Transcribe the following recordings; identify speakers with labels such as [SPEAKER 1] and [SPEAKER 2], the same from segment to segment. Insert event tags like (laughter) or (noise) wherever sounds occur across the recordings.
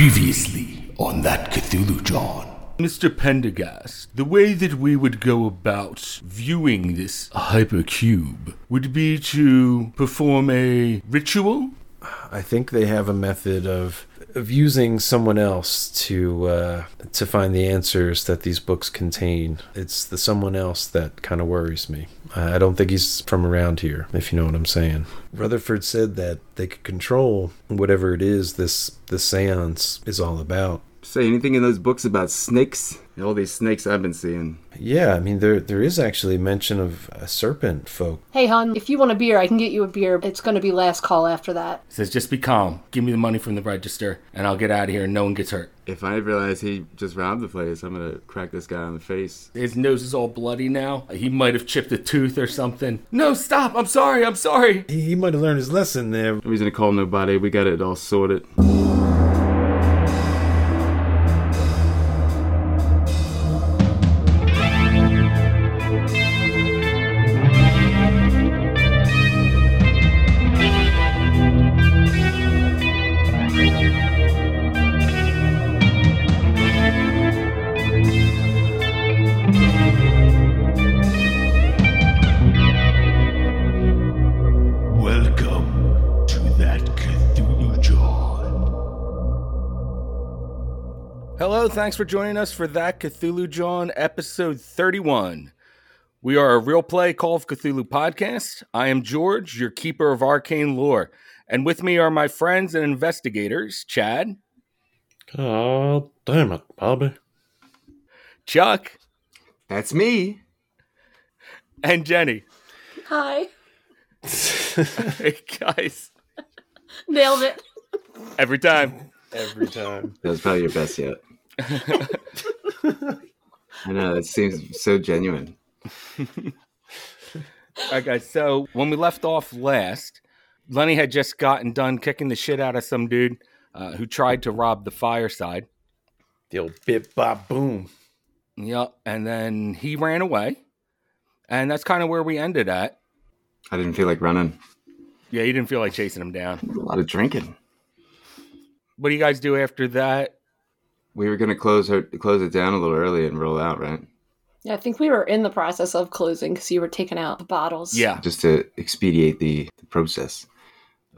[SPEAKER 1] Previously on that Cthulhu John.
[SPEAKER 2] Mr. Pendergast, the way that we would go about viewing this hypercube would be to perform a ritual.
[SPEAKER 3] I think they have a method of of using someone else to uh, to find the answers that these books contain. It's the someone else that kind of worries me. I I don't think he's from around here, if you know what I'm saying. Rutherford said that they could control whatever it is this this séance is all about.
[SPEAKER 4] Say anything in those books about snakes? All these snakes I've been seeing.
[SPEAKER 3] Yeah, I mean there there is actually mention of a serpent folk.
[SPEAKER 5] Hey, hon, if you want a beer, I can get you a beer. It's going to be last call after that.
[SPEAKER 2] says, just be calm, give me the money from the register, and I'll get out of here and no one gets hurt.
[SPEAKER 4] If I realize he just robbed the place, I'm gonna crack this guy in the face.
[SPEAKER 2] His nose is all bloody now. He might have chipped a tooth or something. No, stop, I'm sorry, I'm sorry.
[SPEAKER 3] He, he might have learned his lesson there.
[SPEAKER 4] No reason to call nobody. We got it all sorted.
[SPEAKER 1] Welcome to that Cthulhu John.
[SPEAKER 2] Hello, thanks for joining us for That Cthulhu John, episode 31. We are a real play Call of Cthulhu podcast. I am George, your keeper of arcane lore. And with me are my friends and investigators, Chad,
[SPEAKER 6] God damn it, Bobby.
[SPEAKER 2] Chuck,
[SPEAKER 4] That's me.
[SPEAKER 2] and Jenny. (laughs)
[SPEAKER 5] Hi.
[SPEAKER 2] Hey, guys,
[SPEAKER 5] Nailed it.
[SPEAKER 2] every time.
[SPEAKER 3] Every time.
[SPEAKER 4] That was probably your
[SPEAKER 2] (laughs)
[SPEAKER 4] best yet. I know that seems so genuine.
[SPEAKER 2] All right, guys, so when we left off last, Lenny had just gotten done kicking the shit out of some dude uh, who tried to rob the fireside.
[SPEAKER 3] The old bit bop boom.
[SPEAKER 2] Yep. And then he ran away. And that's kind of where we ended at.
[SPEAKER 4] I didn't feel like running.
[SPEAKER 2] Yeah, he didn't feel like chasing him down.
[SPEAKER 4] A lot of drinking.
[SPEAKER 2] What do you guys do after that?
[SPEAKER 4] We were gonna close her, close it down a little early and roll out, right?
[SPEAKER 5] Yeah, I think we were in the process of closing because you were taking out the bottles.
[SPEAKER 2] Yeah.
[SPEAKER 4] Just to expedite the, the process.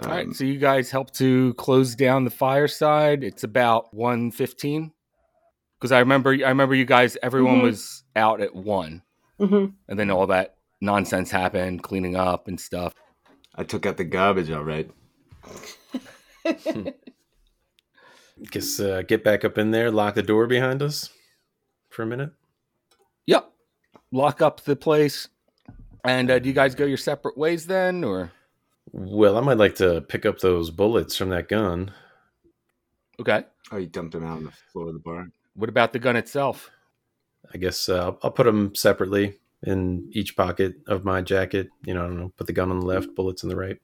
[SPEAKER 2] All right.
[SPEAKER 4] Um,
[SPEAKER 2] So you guys help to close down the fireside. It's about 1.15. Because I remember I remember you guys everyone
[SPEAKER 3] Mm-hmm.
[SPEAKER 5] Mhm.
[SPEAKER 2] was out at one.
[SPEAKER 5] hmm
[SPEAKER 2] And then all that nonsense happened, cleaning up and stuff.
[SPEAKER 4] I took out the garbage, all right.
[SPEAKER 3] Guess uh, get back up in there, lock the door behind us for a minute.
[SPEAKER 2] Yep. Lock up the place. And uh, do you guys go your separate ways then or
[SPEAKER 3] Well, I might like to pick up those bullets from that gun.
[SPEAKER 2] okay.
[SPEAKER 4] Oh, you dumped him out on the floor of the bar.
[SPEAKER 2] What about the gun itself?
[SPEAKER 3] I guess uh, I'll put them separately in each pocket of my jacket. You know, I don't know, put the gun on the left, bullets on the right.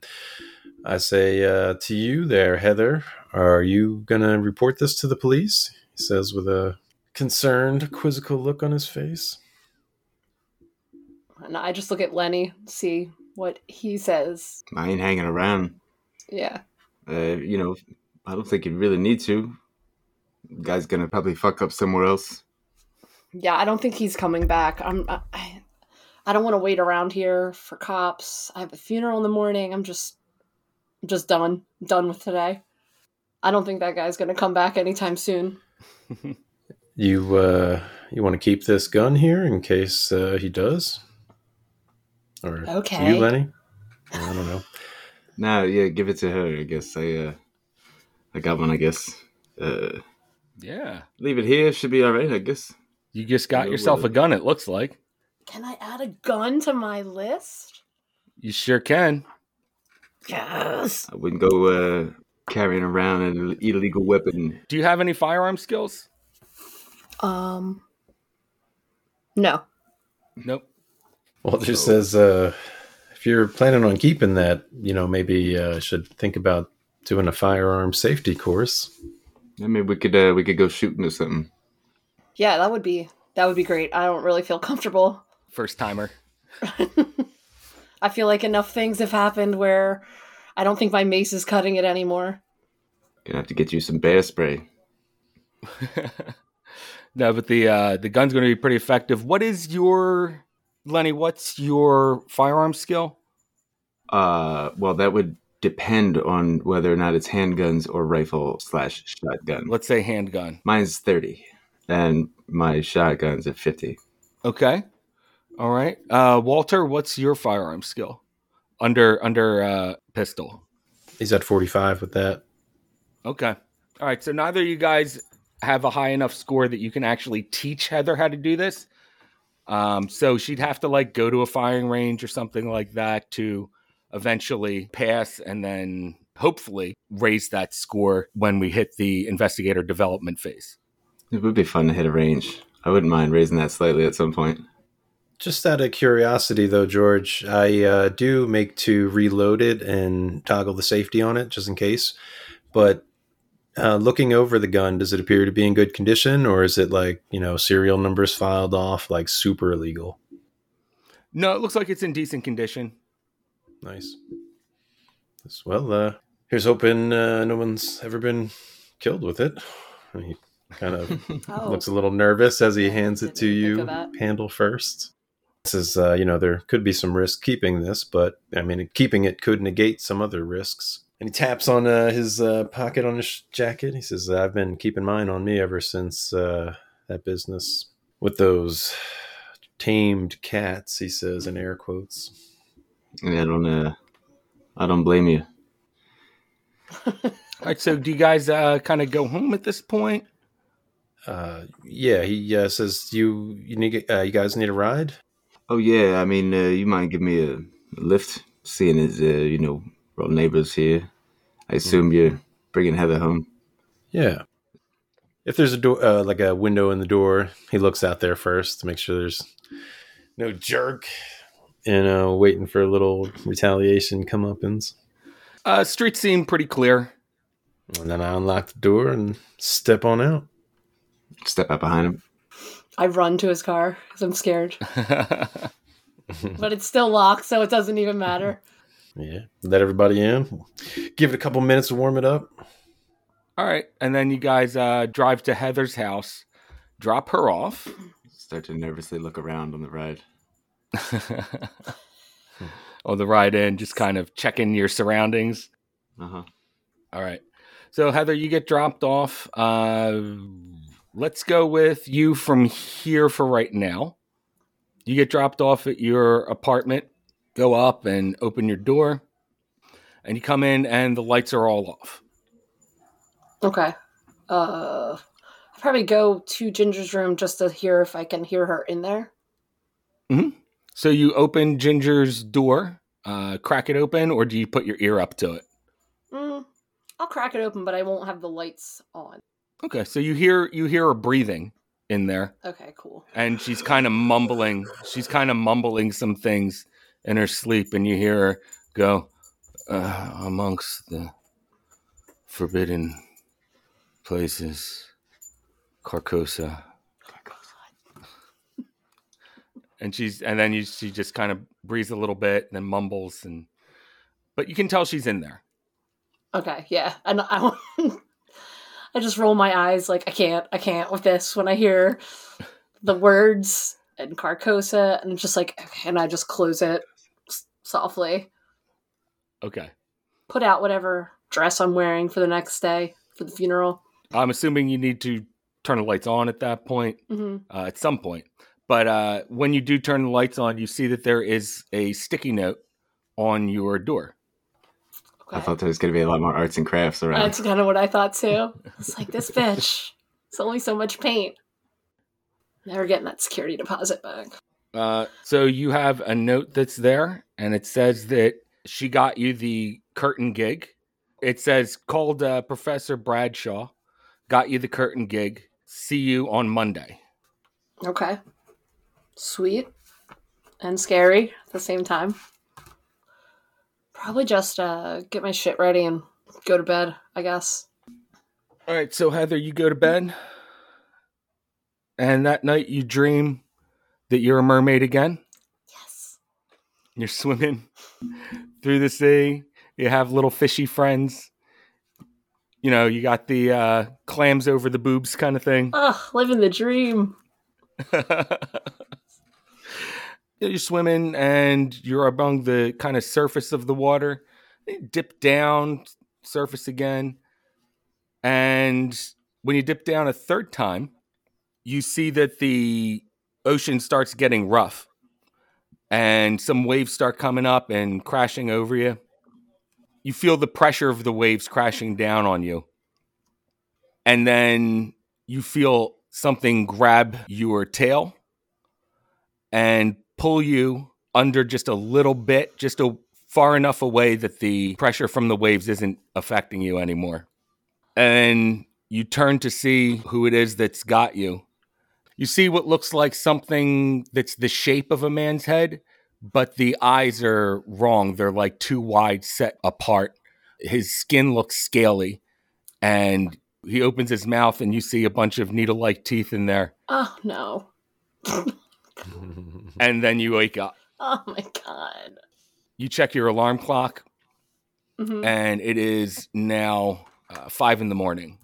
[SPEAKER 3] I say uh, to you there, Heather, are you going to report this to the police? He says with a concerned, quizzical look on his face.
[SPEAKER 5] And I just look at Lenny, see what he says.
[SPEAKER 4] I ain't hanging around.
[SPEAKER 5] Yeah.
[SPEAKER 4] Uh, you know, I don't think you really need to. Guy's gonna probably fuck up somewhere else.
[SPEAKER 5] Yeah, I don't think he's coming back. I'm. I, I- I don't want to wait around here for cops. I have a funeral in the morning. I'm just, I'm just done. Done with today. I don't think that guy's gonna come back anytime soon.
[SPEAKER 3] You, uh, you want to keep this gun here in case uh, he does? Or
[SPEAKER 5] Okay.
[SPEAKER 3] you, Lenny? I don't know.
[SPEAKER 4] No, yeah, give it to her. I guess I, uh, I got one. I guess. Uh,
[SPEAKER 2] Yeah.
[SPEAKER 4] leave it here. Should be all right. I guess.
[SPEAKER 2] You just got
[SPEAKER 4] Yeah,
[SPEAKER 2] yourself a
[SPEAKER 4] well-
[SPEAKER 2] gun, it looks like.
[SPEAKER 5] Can I add a gun to my list?
[SPEAKER 2] You sure can.
[SPEAKER 5] Yes.
[SPEAKER 4] I wouldn't go uh, carrying around an illegal weapon.
[SPEAKER 2] Do you have any firearm skills?
[SPEAKER 5] Um. No.
[SPEAKER 2] Nope.
[SPEAKER 3] Walter says, uh, if you're planning on keeping that, you know, maybe uh, should think about doing a firearm safety course.
[SPEAKER 4] Yeah, Maybe we could uh, we could go shooting or something.
[SPEAKER 5] Yeah, that would be that would be great. I don't really feel comfortable.
[SPEAKER 2] First timer. (laughs)
[SPEAKER 5] I feel like enough things have happened where I don't think my mace is cutting it anymore.
[SPEAKER 4] Gonna have to get you some bear spray.
[SPEAKER 2] no, but the uh, the gun's going to be pretty effective. What is your Lenny? What's your firearm skill?
[SPEAKER 4] Uh, well, that would depend on whether or not it's handguns or rifle slash shotgun.
[SPEAKER 2] Let's say handgun.
[SPEAKER 4] Mine's thirty, and my shotgun's at fifty.
[SPEAKER 2] Okay. All right. Uh, Walter, what's your firearm skill? Under under uh, pistol.
[SPEAKER 3] He's at 45 with that.
[SPEAKER 2] Okay. All right. So neither of you guys have a high enough score that you can actually teach Heather how to do this. Um, so she'd have to like go to a firing range or something like that to eventually pass and then hopefully raise that score when we hit the investigator development phase.
[SPEAKER 4] It would be fun to hit a range. I wouldn't mind raising that slightly at some point.
[SPEAKER 3] Just out of curiosity, though, George, I uh, do make to reload it and toggle the safety on it just in case. But uh, looking over the gun, does it appear to be in good condition or is it like, you know, serial numbers filed off, like super illegal?
[SPEAKER 2] No, it looks like it's in decent condition.
[SPEAKER 3] Nice. Yes, Well, uh, here's hoping uh, no one's ever been killed with it. And He kind of
[SPEAKER 5] (laughs) Oh,
[SPEAKER 3] looks a little nervous as he hands it to
[SPEAKER 5] Didn't think
[SPEAKER 3] you
[SPEAKER 5] of that.
[SPEAKER 3] handle first this is uh, you know there could be some risk keeping this but i mean keeping it could negate some other risks and he taps on uh, his uh, pocket on his sh- jacket he says i've been keeping mine on me ever since uh, that business with those tamed cats he says in air quotes
[SPEAKER 4] And I don't, uh, I don't blame you.
[SPEAKER 2] All right. So do you guys uh, kind of go home at this point?
[SPEAKER 3] uh, yeah he uh, says you you need uh, you guys need a ride
[SPEAKER 4] Oh yeah, I mean, uh, you mind give me a lift? Seeing as uh, you know we're all neighbors here, I assume you're bringing Heather home.
[SPEAKER 3] Yeah. If there's a door, uh, like a window in the door, he looks out there first to make sure there's no jerk, you know, waiting for a little retaliation comeuppance.
[SPEAKER 2] Uh, streets seem pretty clear.
[SPEAKER 3] And then I unlock the door and step on out.
[SPEAKER 4] Step out behind him.
[SPEAKER 5] I run to his car because I'm scared, but it's still locked, so it doesn't even matter.
[SPEAKER 3] Yeah, let everybody in. Give it a couple minutes to warm it up.
[SPEAKER 2] All right. And then you guys uh, drive to Heather's house, drop her off.
[SPEAKER 4] Start to nervously look around on the ride.
[SPEAKER 2] on the ride in, just kind of checking your surroundings.
[SPEAKER 4] Uh huh.
[SPEAKER 2] All right. So Heather, you get dropped off. Uh, let's go with you from here for right now. You get dropped off at your apartment. Go up and open your door, and you come in, and the lights are all off.
[SPEAKER 5] Okay. Uh, I'll probably go to Ginger's room just to hear if I can hear her in there.
[SPEAKER 2] So you open Ginger's door, uh, crack it open, or do you put your ear up to it?
[SPEAKER 5] Mm, I'll crack it open, but I won't have the lights on.
[SPEAKER 2] Okay, so you hear you hear her breathing in there.
[SPEAKER 5] Okay, cool.
[SPEAKER 2] and she's kind of mumbling. She's kind of mumbling some things in her sleep, and you hear her go uh, amongst the forbidden places, Carcosa. And she's and then you, she just kind of breathes a little bit, and then mumbles, and but you can tell she's in there.
[SPEAKER 5] Okay, yeah, and (laughs) I, I just roll my eyes like I can't, I can't with this when I hear the words and Carcosa, and it's just like, okay, and I just close it s- softly,
[SPEAKER 2] Okay,
[SPEAKER 5] put out whatever dress I'm wearing for the next day for the funeral.
[SPEAKER 2] I'm assuming you need to turn the lights on at that point.
[SPEAKER 5] hmm
[SPEAKER 2] uh, at some point. But uh, when you do turn the lights on, you see that there is a sticky note on your door.
[SPEAKER 5] Okay,
[SPEAKER 4] I thought there was going to be a lot more arts and crafts around.
[SPEAKER 5] that's kind of what I
[SPEAKER 4] (laughs)
[SPEAKER 5] thought too. It's like this bitch. It's only so much paint. Never getting that security deposit back.
[SPEAKER 2] Uh, so you have a note that's there, and it says that she got you the curtain gig. It says called uh, Professor Bradshaw, got you the curtain gig. See you on Monday.
[SPEAKER 5] Okay. Sweet and scary at the same time. Probably just uh, get my shit ready and go to bed, I guess.
[SPEAKER 2] All right, so Heather, you go to bed, and that night you dream that you're a mermaid again.
[SPEAKER 5] Yes.
[SPEAKER 2] You're swimming through the sea. You have little fishy friends. You know, you got the uh, clams over the boobs kind of thing.
[SPEAKER 5] Ugh, living the dream.
[SPEAKER 2] (laughs) you're swimming and you're among the kind of surface of the water. You dip down, surface again. And when you dip down a third time, you see that the ocean starts getting rough and some waves start coming up and crashing over you. You feel the pressure of the waves crashing down on you. And then you feel something grab your tail and pull you under just a little bit, just a far enough away that the pressure from the waves isn't affecting you anymore. And you turn to see who it is that's got you. You see what looks like something that's the shape of a man's head, but the eyes are wrong. They're like too wide set apart. His skin looks scaly, and he opens his mouth, and you see a bunch of needle like teeth in there.
[SPEAKER 5] Oh no.
[SPEAKER 2] And then you wake up.
[SPEAKER 5] Oh my god.
[SPEAKER 2] You check your alarm clock, (laughs)
[SPEAKER 5] Mhm.
[SPEAKER 2] and it is now uh, five in the morning.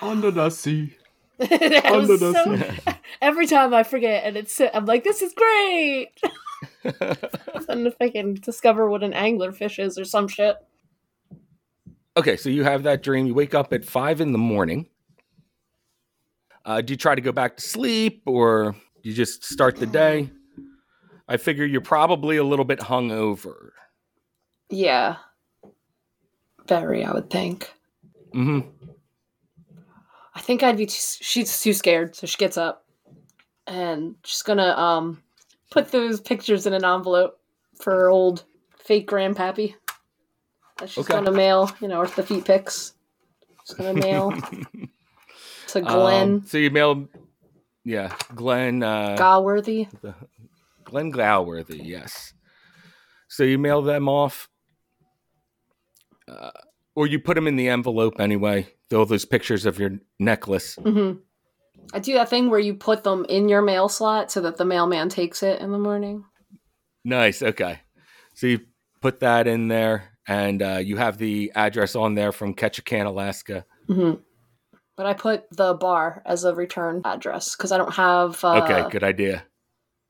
[SPEAKER 2] (laughs)
[SPEAKER 4] Under the sea.
[SPEAKER 5] (laughs) That
[SPEAKER 3] Oh,
[SPEAKER 5] was
[SPEAKER 4] Under the
[SPEAKER 5] so- (laughs) every time I forget, and it's I'm like, this is great. (laughs) and if I can discover what an anglerfish is or some shit.
[SPEAKER 2] Okay, so you have that dream. You wake up at five in the morning. Uh, do you try to go back to sleep or you just start the day? I figure you're probably a little bit hungover.
[SPEAKER 5] Yeah. Very, I would think.
[SPEAKER 2] hmm
[SPEAKER 5] I think I'd be too, she's too scared, so she gets up and she's gonna um put those pictures in an envelope for her old fake grandpappy. That she's
[SPEAKER 2] Okay.
[SPEAKER 5] gonna mail, you know, or the feet pics. She's
[SPEAKER 2] (laughs)
[SPEAKER 5] gonna mail to Glenn
[SPEAKER 2] Um, so you mailed, yeah, Glenn. Uh,
[SPEAKER 5] Galworthy.
[SPEAKER 2] Glenn Glowworthy, yes. So you mail them off, uh, or you put them in the envelope anyway. All those pictures of your necklace.
[SPEAKER 5] hmm I do that thing where you put them in your mail slot so that the mailman takes it in the morning.
[SPEAKER 2] Nice. Okay. So you put that in there, and uh, you have the address on there from Ketchikan, Alaska.
[SPEAKER 5] hmm But I put the bar as a return address because I don't have uh,
[SPEAKER 2] okay. Good idea.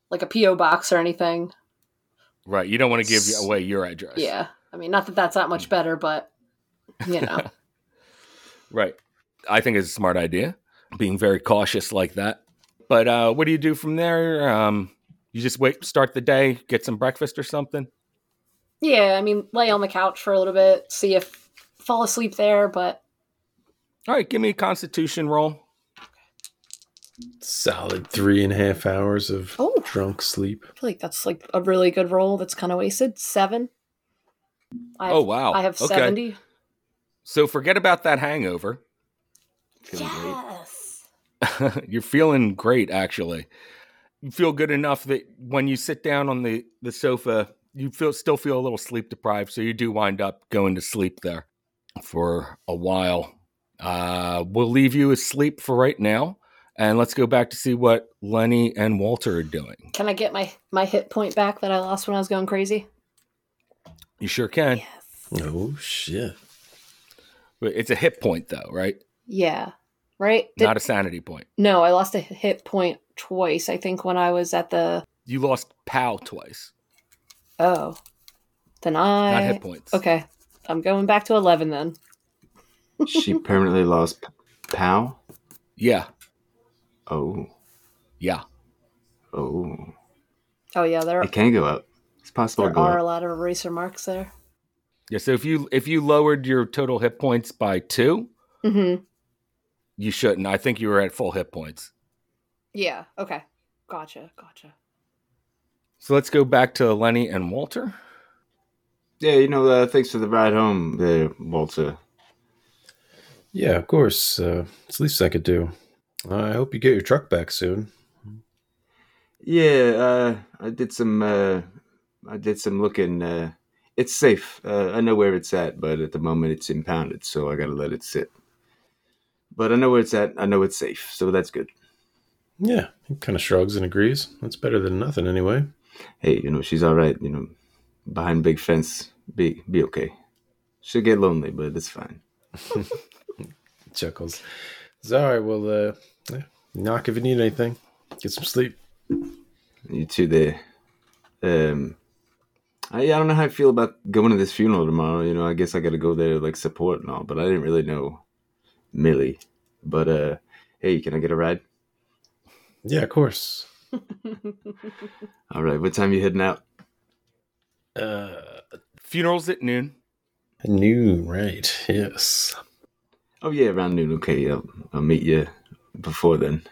[SPEAKER 5] like a PO box or anything.
[SPEAKER 2] Right. You don't want to give
[SPEAKER 5] S-
[SPEAKER 2] away your address.
[SPEAKER 5] Yeah, I mean, not that that's that
[SPEAKER 2] Mm.
[SPEAKER 5] much better, but
[SPEAKER 2] (laughs)
[SPEAKER 5] you know,
[SPEAKER 2] Right. I think it's a smart idea, being very cautious like that. But uh, what do you do from there? Um, you just wait, start the day, get some breakfast or something.
[SPEAKER 5] yeah. I mean, lay on the couch for a little bit, see if fall asleep there. But
[SPEAKER 2] All right. Give me a Constitution roll.
[SPEAKER 7] Solid three and a half hours of
[SPEAKER 5] Oh.
[SPEAKER 7] drunk sleep.
[SPEAKER 5] I feel like that's like a really good roll. That's kind of wasted. Seven. I have,
[SPEAKER 2] oh wow.
[SPEAKER 5] I have
[SPEAKER 2] okay.
[SPEAKER 5] seventy.
[SPEAKER 2] So forget about that hangover.
[SPEAKER 5] Yes.
[SPEAKER 2] (laughs) You're feeling great, actually. You feel good enough that when you sit down on the, the sofa, you feel still feel a little sleep deprived, so you do wind up going to sleep there for a while. Uh, we'll leave you asleep for right now, and let's go back to see what Lenny and Walter are doing.
[SPEAKER 5] Can I get my my hit point back that I lost when I was going crazy?
[SPEAKER 2] You sure can.
[SPEAKER 7] Oh shit!
[SPEAKER 2] But It's a hit point, though, right?
[SPEAKER 5] Yeah. Right? Did-
[SPEAKER 2] Not a sanity point.
[SPEAKER 5] no, I lost a hit point twice. I think when I was at the
[SPEAKER 2] You lost POW twice,
[SPEAKER 5] oh, then
[SPEAKER 2] not
[SPEAKER 5] I
[SPEAKER 2] hit points.
[SPEAKER 5] okay. I'm going back to eleven then.
[SPEAKER 4] she
[SPEAKER 5] (laughs)
[SPEAKER 4] permanently lost p- pow.
[SPEAKER 2] Yeah.
[SPEAKER 4] Oh,
[SPEAKER 2] Yeah.
[SPEAKER 4] oh,
[SPEAKER 5] Oh yeah, there
[SPEAKER 4] it can go up. It's possible to
[SPEAKER 5] there
[SPEAKER 4] go
[SPEAKER 5] are a
[SPEAKER 4] up.
[SPEAKER 5] lot of eraser marks there.
[SPEAKER 2] Yeah. So if you if you lowered your total hit points by two,
[SPEAKER 5] Mm-hmm.
[SPEAKER 2] you shouldn't. I think you were at full hit points.
[SPEAKER 5] Yeah. Okay. Gotcha. Gotcha.
[SPEAKER 2] So let's go back to Lenny and Walter.
[SPEAKER 4] Yeah, you know. Uh, thanks for the ride home, there, Walter.
[SPEAKER 7] Yeah, of course. Uh, it's the least I could do.
[SPEAKER 3] Uh,
[SPEAKER 7] I hope you get your truck back soon.
[SPEAKER 4] Yeah, uh, I did some. Uh, I did some looking. Uh, it's safe. Uh, I know where it's at, but at the moment it's impounded, so I gotta let it sit. But I know where it's at. I know it's safe, so that's good.
[SPEAKER 7] Yeah, he kind of shrugs and agrees. That's better than nothing, anyway.
[SPEAKER 4] Hey, you know she's all right. You know, behind big fence, be be okay. She'll get lonely, but it's fine.
[SPEAKER 3] Chuckles. It's all right. Well, uh, yeah, knock if you need anything. Get some sleep.
[SPEAKER 4] You two there. Um, I, I don't know how I feel about going to this funeral tomorrow. You know, I guess I got to go there like support and all, but I didn't really know Millie. But uh, hey, can I get a ride?
[SPEAKER 3] Yeah, of course.
[SPEAKER 4] All right, what time you heading out?
[SPEAKER 3] Uh,
[SPEAKER 2] Funerals at noon.
[SPEAKER 3] noon, right? Yes.
[SPEAKER 4] Oh yeah, around noon. Okay, I'll, I'll meet you before then.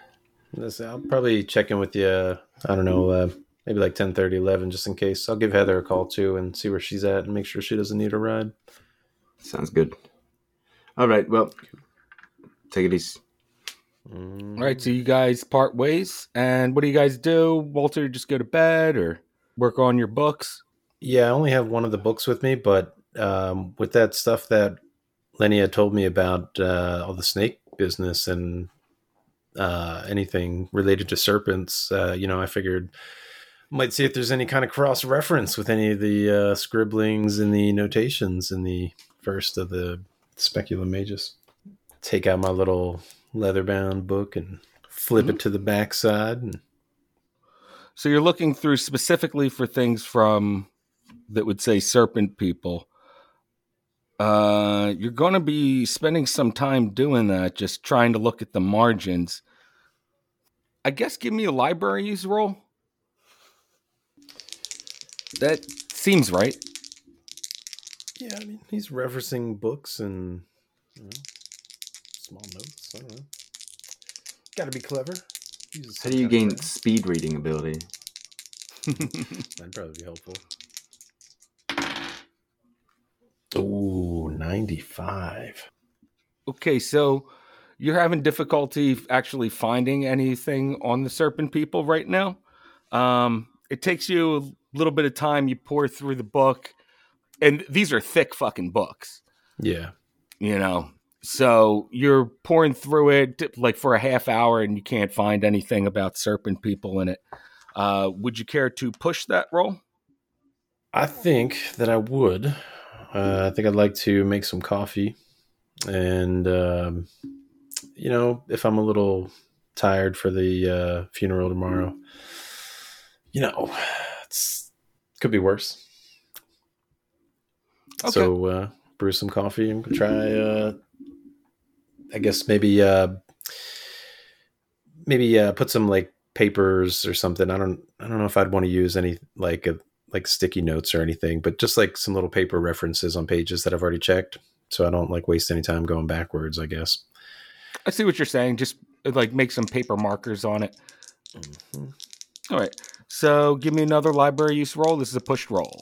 [SPEAKER 3] Listen, I'll probably check in with you. uh, I don't know, uh, maybe like 10, 11, just in case. I'll give Heather a call too and see where she's at and make sure she doesn't need a ride.
[SPEAKER 4] Sounds good. All right, well, take it easy.
[SPEAKER 2] All right, so you guys part ways, and what do you guys do? Walter, just go to bed or work on your books.
[SPEAKER 3] Yeah, I only have one of the books with me, but um, with that stuff that Lenny had told me about uh, all the snake business and uh, anything related to serpents, uh, you know, I figured might see if there's any kind of cross reference with any of the uh, scribblings and the notations in the first of the Speculum Magus. Take out my little leather bound book and flip it to the backside. And
[SPEAKER 2] So you're looking through specifically for things from that would say serpent people. Uh, you're going to be spending some time doing that, just trying to look at the margins. I guess give me a library use roll. That seems right.
[SPEAKER 3] Yeah, I mean, he's referencing books and you know, small notes. I don't know. Got to be clever. Uses
[SPEAKER 4] How
[SPEAKER 3] some
[SPEAKER 4] do
[SPEAKER 3] kind
[SPEAKER 4] you
[SPEAKER 3] of
[SPEAKER 4] gain
[SPEAKER 3] brain.
[SPEAKER 4] speed reading ability?
[SPEAKER 3] That'd probably be helpful. Ooh, 95.
[SPEAKER 2] Okay, so you're having difficulty actually finding anything on the serpent people right now. Um, it takes you a little bit of time. You pour through the book, and these are thick fucking books,
[SPEAKER 3] Yeah.
[SPEAKER 2] you know. So you're pouring through it like for a half hour, and you can't find anything about serpent people in it. Uh, would you care to push that roll?
[SPEAKER 3] I think that I would. Uh, I think I'd like to make some coffee. And, um, you know, if I'm a little tired for the uh, funeral tomorrow, you know, it's could be worse.
[SPEAKER 2] Okay.
[SPEAKER 3] So, uh, brew some coffee and try, uh, I guess maybe, uh, maybe, uh, put some like papers or something. I don't, I don't know if I'd want to use any like a like sticky notes or anything, but just like some little paper references on pages that I've already checked. So I don't like waste any time going backwards, I guess.
[SPEAKER 2] I see what you're saying. Just uh, like make some paper markers on it.
[SPEAKER 3] Mm-hmm.
[SPEAKER 2] All right. So give me another library use roll. This is a pushed roll.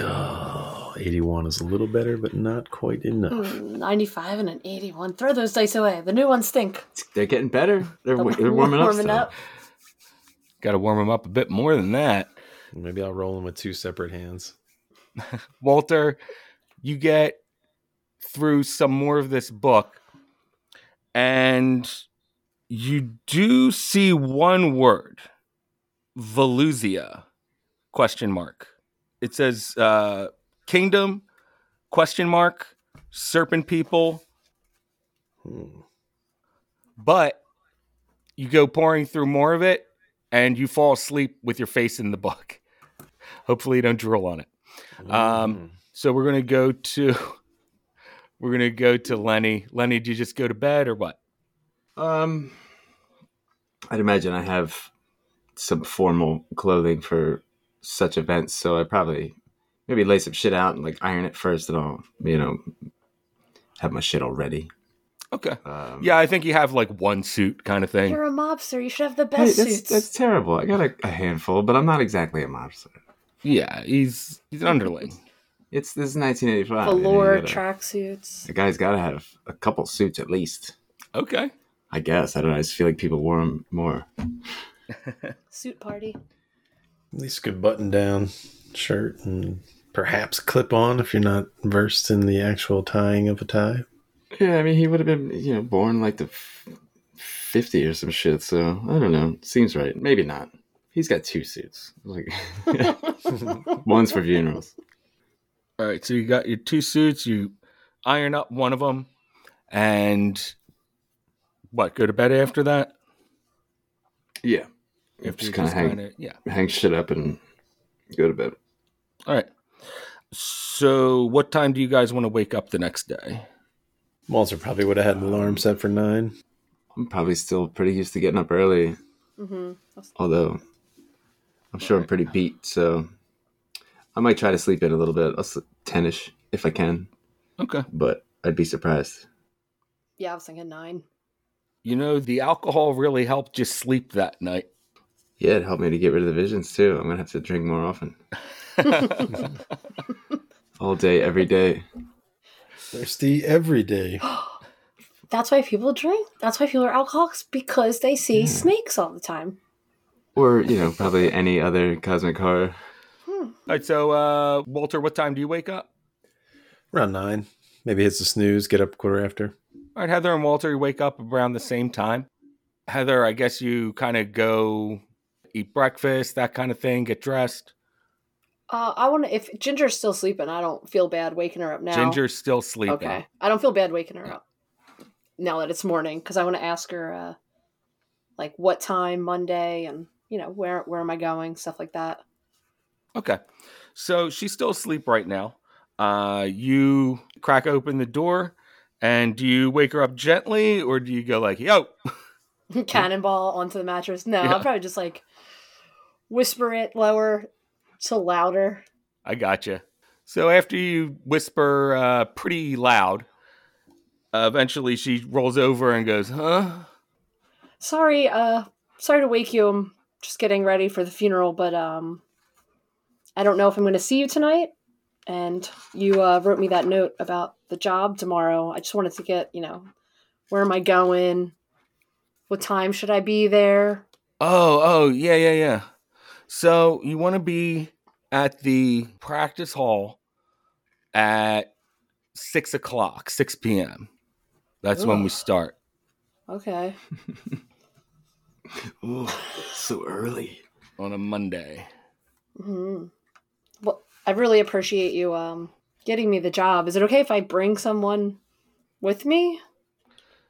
[SPEAKER 3] Oh, 81 is a little better, but not quite enough.
[SPEAKER 5] Mm, 95 and an 81. Throw those dice away. The new ones stink.
[SPEAKER 4] They're getting better. They're, wa- they're warming, up.
[SPEAKER 2] Got to warm him up a bit more than that.
[SPEAKER 3] Maybe I'll roll them with two separate hands.
[SPEAKER 2] Walter, you get through some more of this book, and you do see one word, Velusia, question mark. It says uh, kingdom, question mark, serpent people,
[SPEAKER 3] Hmm.
[SPEAKER 2] but you go pouring through more of it and you fall asleep with your face in the book. Hopefully, you don't drool on it. Um, So we're gonna go to (laughs) we're gonna go to Lenny. Lenny, do you just go to bed or what?
[SPEAKER 4] still. Um, I'd imagine I have some formal clothing for such events, so I probably maybe lay some shit out and like iron it first, and I'll you know have my shit all ready.
[SPEAKER 2] Okay.
[SPEAKER 4] Um,
[SPEAKER 2] Yeah, I think you have like one suit kind of thing.
[SPEAKER 5] You're a mobster. You should have the
[SPEAKER 4] Hey,
[SPEAKER 5] best
[SPEAKER 4] that's,
[SPEAKER 5] suits.
[SPEAKER 4] that's terrible. I got a, a handful, but I'm not exactly a mobster.
[SPEAKER 2] Yeah, he's he's an underling.
[SPEAKER 4] It's this is 1985. you know, you
[SPEAKER 5] Velour
[SPEAKER 4] gotta-
[SPEAKER 5] tracksuits.
[SPEAKER 4] The guy's got to have a couple suits at least.
[SPEAKER 2] Okay.
[SPEAKER 4] I guess. I don't know. I just feel like people wore them more.
[SPEAKER 5] Suit party.
[SPEAKER 3] At least good button down shirt and perhaps clip on if you're not versed in the actual tying of a tie.
[SPEAKER 4] Yeah, I mean, he would have been, you know, born like the f- 50 or some shit. So I don't know. Seems right. Maybe not. (laughs) He's got two suits. Like, one's for funerals.
[SPEAKER 2] All right, so you got your two suits. You iron up one of them, and what? Go to bed after that.
[SPEAKER 4] Yeah.
[SPEAKER 2] If
[SPEAKER 4] Just
[SPEAKER 2] you're
[SPEAKER 4] kinda hang-
[SPEAKER 2] kinda- yeah.
[SPEAKER 4] Hang shit up and go to bed.
[SPEAKER 2] All right. So, what time do you guys want to wake up the next day?
[SPEAKER 7] Walter probably would have had an alarm set for nine.
[SPEAKER 4] I'm probably still pretty used to getting up early,
[SPEAKER 5] Mm-hmm.
[SPEAKER 4] although I'm sure I'm pretty beat. So I might try to sleep in a little bit, I'll sleep 10 ish if I can,
[SPEAKER 2] Okay.
[SPEAKER 4] but I'd be surprised.
[SPEAKER 5] Yeah, I was thinking nine.
[SPEAKER 2] You know, the alcohol really helped you sleep that night.
[SPEAKER 4] Yeah, it helped me to get rid of the visions too. I'm going to have to drink more often. All day, every day.
[SPEAKER 7] Thirsty every
[SPEAKER 3] (gasps)
[SPEAKER 7] day.
[SPEAKER 5] That's why people drink. That's why people are alcoholics because they see snakes all the time.
[SPEAKER 4] Or, you know, probably any other cosmic horror.
[SPEAKER 2] All right. So, uh, Walter, what time do you wake up?
[SPEAKER 7] Around nine. Maybe hits the snooze, get up quarter after.
[SPEAKER 2] All right, Heather and Walter, you wake up around the same time. Heather, I guess you kind of go eat breakfast, that kind of thing, get dressed.
[SPEAKER 5] Uh, I want to. If Ginger's still sleeping, I don't feel bad waking her up now.
[SPEAKER 2] Ginger's still sleeping.
[SPEAKER 5] Okay. I don't feel bad waking her up now that it's morning because I want to ask her, uh, like, what time Monday and, you know, where where am I going, stuff like that. (laughs)
[SPEAKER 2] Okay. So she's still asleep right now. Uh, you crack open the door, and do you wake her up gently, or do you go like, "Yo"?
[SPEAKER 5] Cannonball onto the mattress. No,
[SPEAKER 2] Yeah.
[SPEAKER 5] I'll probably just, like, whisper it lower to louder.
[SPEAKER 2] I gotcha. So after you whisper uh, pretty loud, uh, eventually she rolls over and goes, "Huh?
[SPEAKER 5] Sorry, uh, sorry to wake you. I'm just getting ready for the funeral, but, um, I don't know if I'm going to see you tonight. And you uh, wrote me that note about the job tomorrow. I just wanted to get, you know, where am I going? What time should I be there?
[SPEAKER 2] Oh, oh, yeah, yeah, yeah." So you want to be at the practice hall at six o'clock, six p.m. That's when we
[SPEAKER 5] Ugh.
[SPEAKER 2] start.
[SPEAKER 5] Okay.
[SPEAKER 4] Ooh, so early.
[SPEAKER 2] on a Monday.
[SPEAKER 5] hmm Well, I really appreciate you um, getting me the job. Is it okay if I bring someone with me?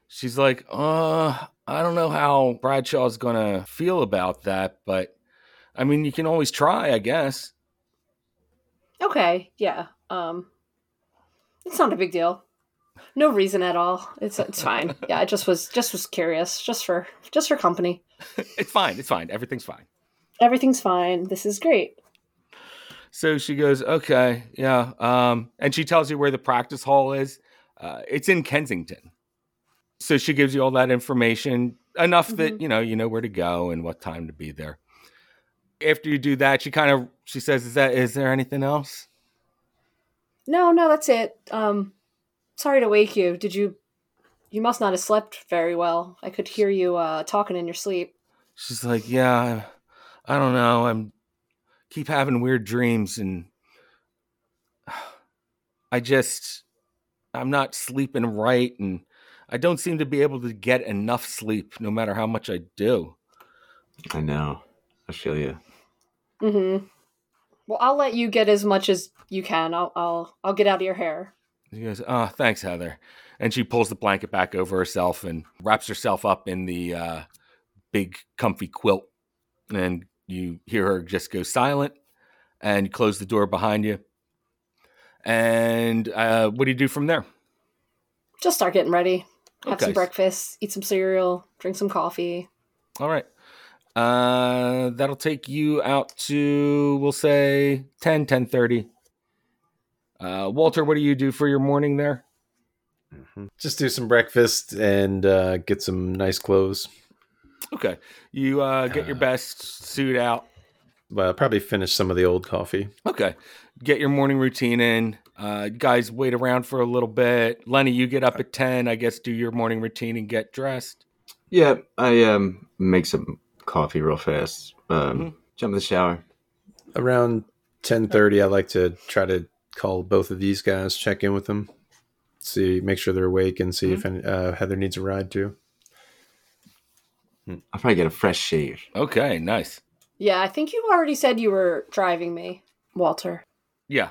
[SPEAKER 2] She's like, uh, I don't know how Bradshaw's gonna feel about that, but I mean, you can always try, I guess.
[SPEAKER 5] Okay, yeah. Um It's not a big deal. No reason at all. It's it's fine. Yeah, I just was just was curious, just for just for company.
[SPEAKER 2] It's fine, it's fine, everything's fine.
[SPEAKER 5] Everything's fine. This is great.
[SPEAKER 2] So she goes, okay, yeah. Um, and she tells you where the practice hall is. Uh, it's in Kensington. So she gives you all that information enough that you know you know where to go and what time to be there. After you do that, she kind of she says, "Is that is there anything else?"
[SPEAKER 5] No, no, that's it. Um sorry to wake you. Did you you must not have slept very well. I could hear you uh talking in your sleep.
[SPEAKER 2] She's like, "Yeah, I, I don't know. I'm keep having weird dreams and (sighs) I just I'm not sleeping right and I don't seem to be able to get enough sleep no matter how much I do."
[SPEAKER 4] I know. I feel you.
[SPEAKER 5] Mhm. Well, I'll let you get as much as you can. I'll I'll I'll get out of your hair.
[SPEAKER 2] She goes, "Ah, thanks, Heather." And she pulls the blanket back over herself and wraps herself up in the uh, big comfy quilt. And you hear her just go silent and you close the door behind you. And uh, what do you do from there?
[SPEAKER 5] Just start getting ready. Have
[SPEAKER 2] Okay.
[SPEAKER 5] some breakfast, eat some cereal, drink some coffee.
[SPEAKER 2] All right. Uh, that'll take you out to, we'll say, 10, 10.30. Uh, Walter, what do you do for your morning there?
[SPEAKER 7] Mm-hmm. Just do some breakfast and uh, get some nice clothes.
[SPEAKER 2] Okay. You uh, get your
[SPEAKER 7] Uh,
[SPEAKER 2] best suit out.
[SPEAKER 7] Well, probably finish some of the old coffee.
[SPEAKER 2] Okay. Get your morning routine in. Uh, guys, wait around for a little bit. Lenny, you get up at 10, I guess, do your morning routine and get dressed.
[SPEAKER 4] Yeah, I um make some coffee real fast. Um, Jump in the shower.
[SPEAKER 7] Around ten thirty, I like to try to call both of these guys, check in with them, see, make sure they're awake, and see if any, uh, Heather needs a ride too.
[SPEAKER 4] I'll probably get a fresh shave.
[SPEAKER 2] Okay, nice.
[SPEAKER 5] Yeah, I think you already said you were driving me, Walter.
[SPEAKER 2] Yeah.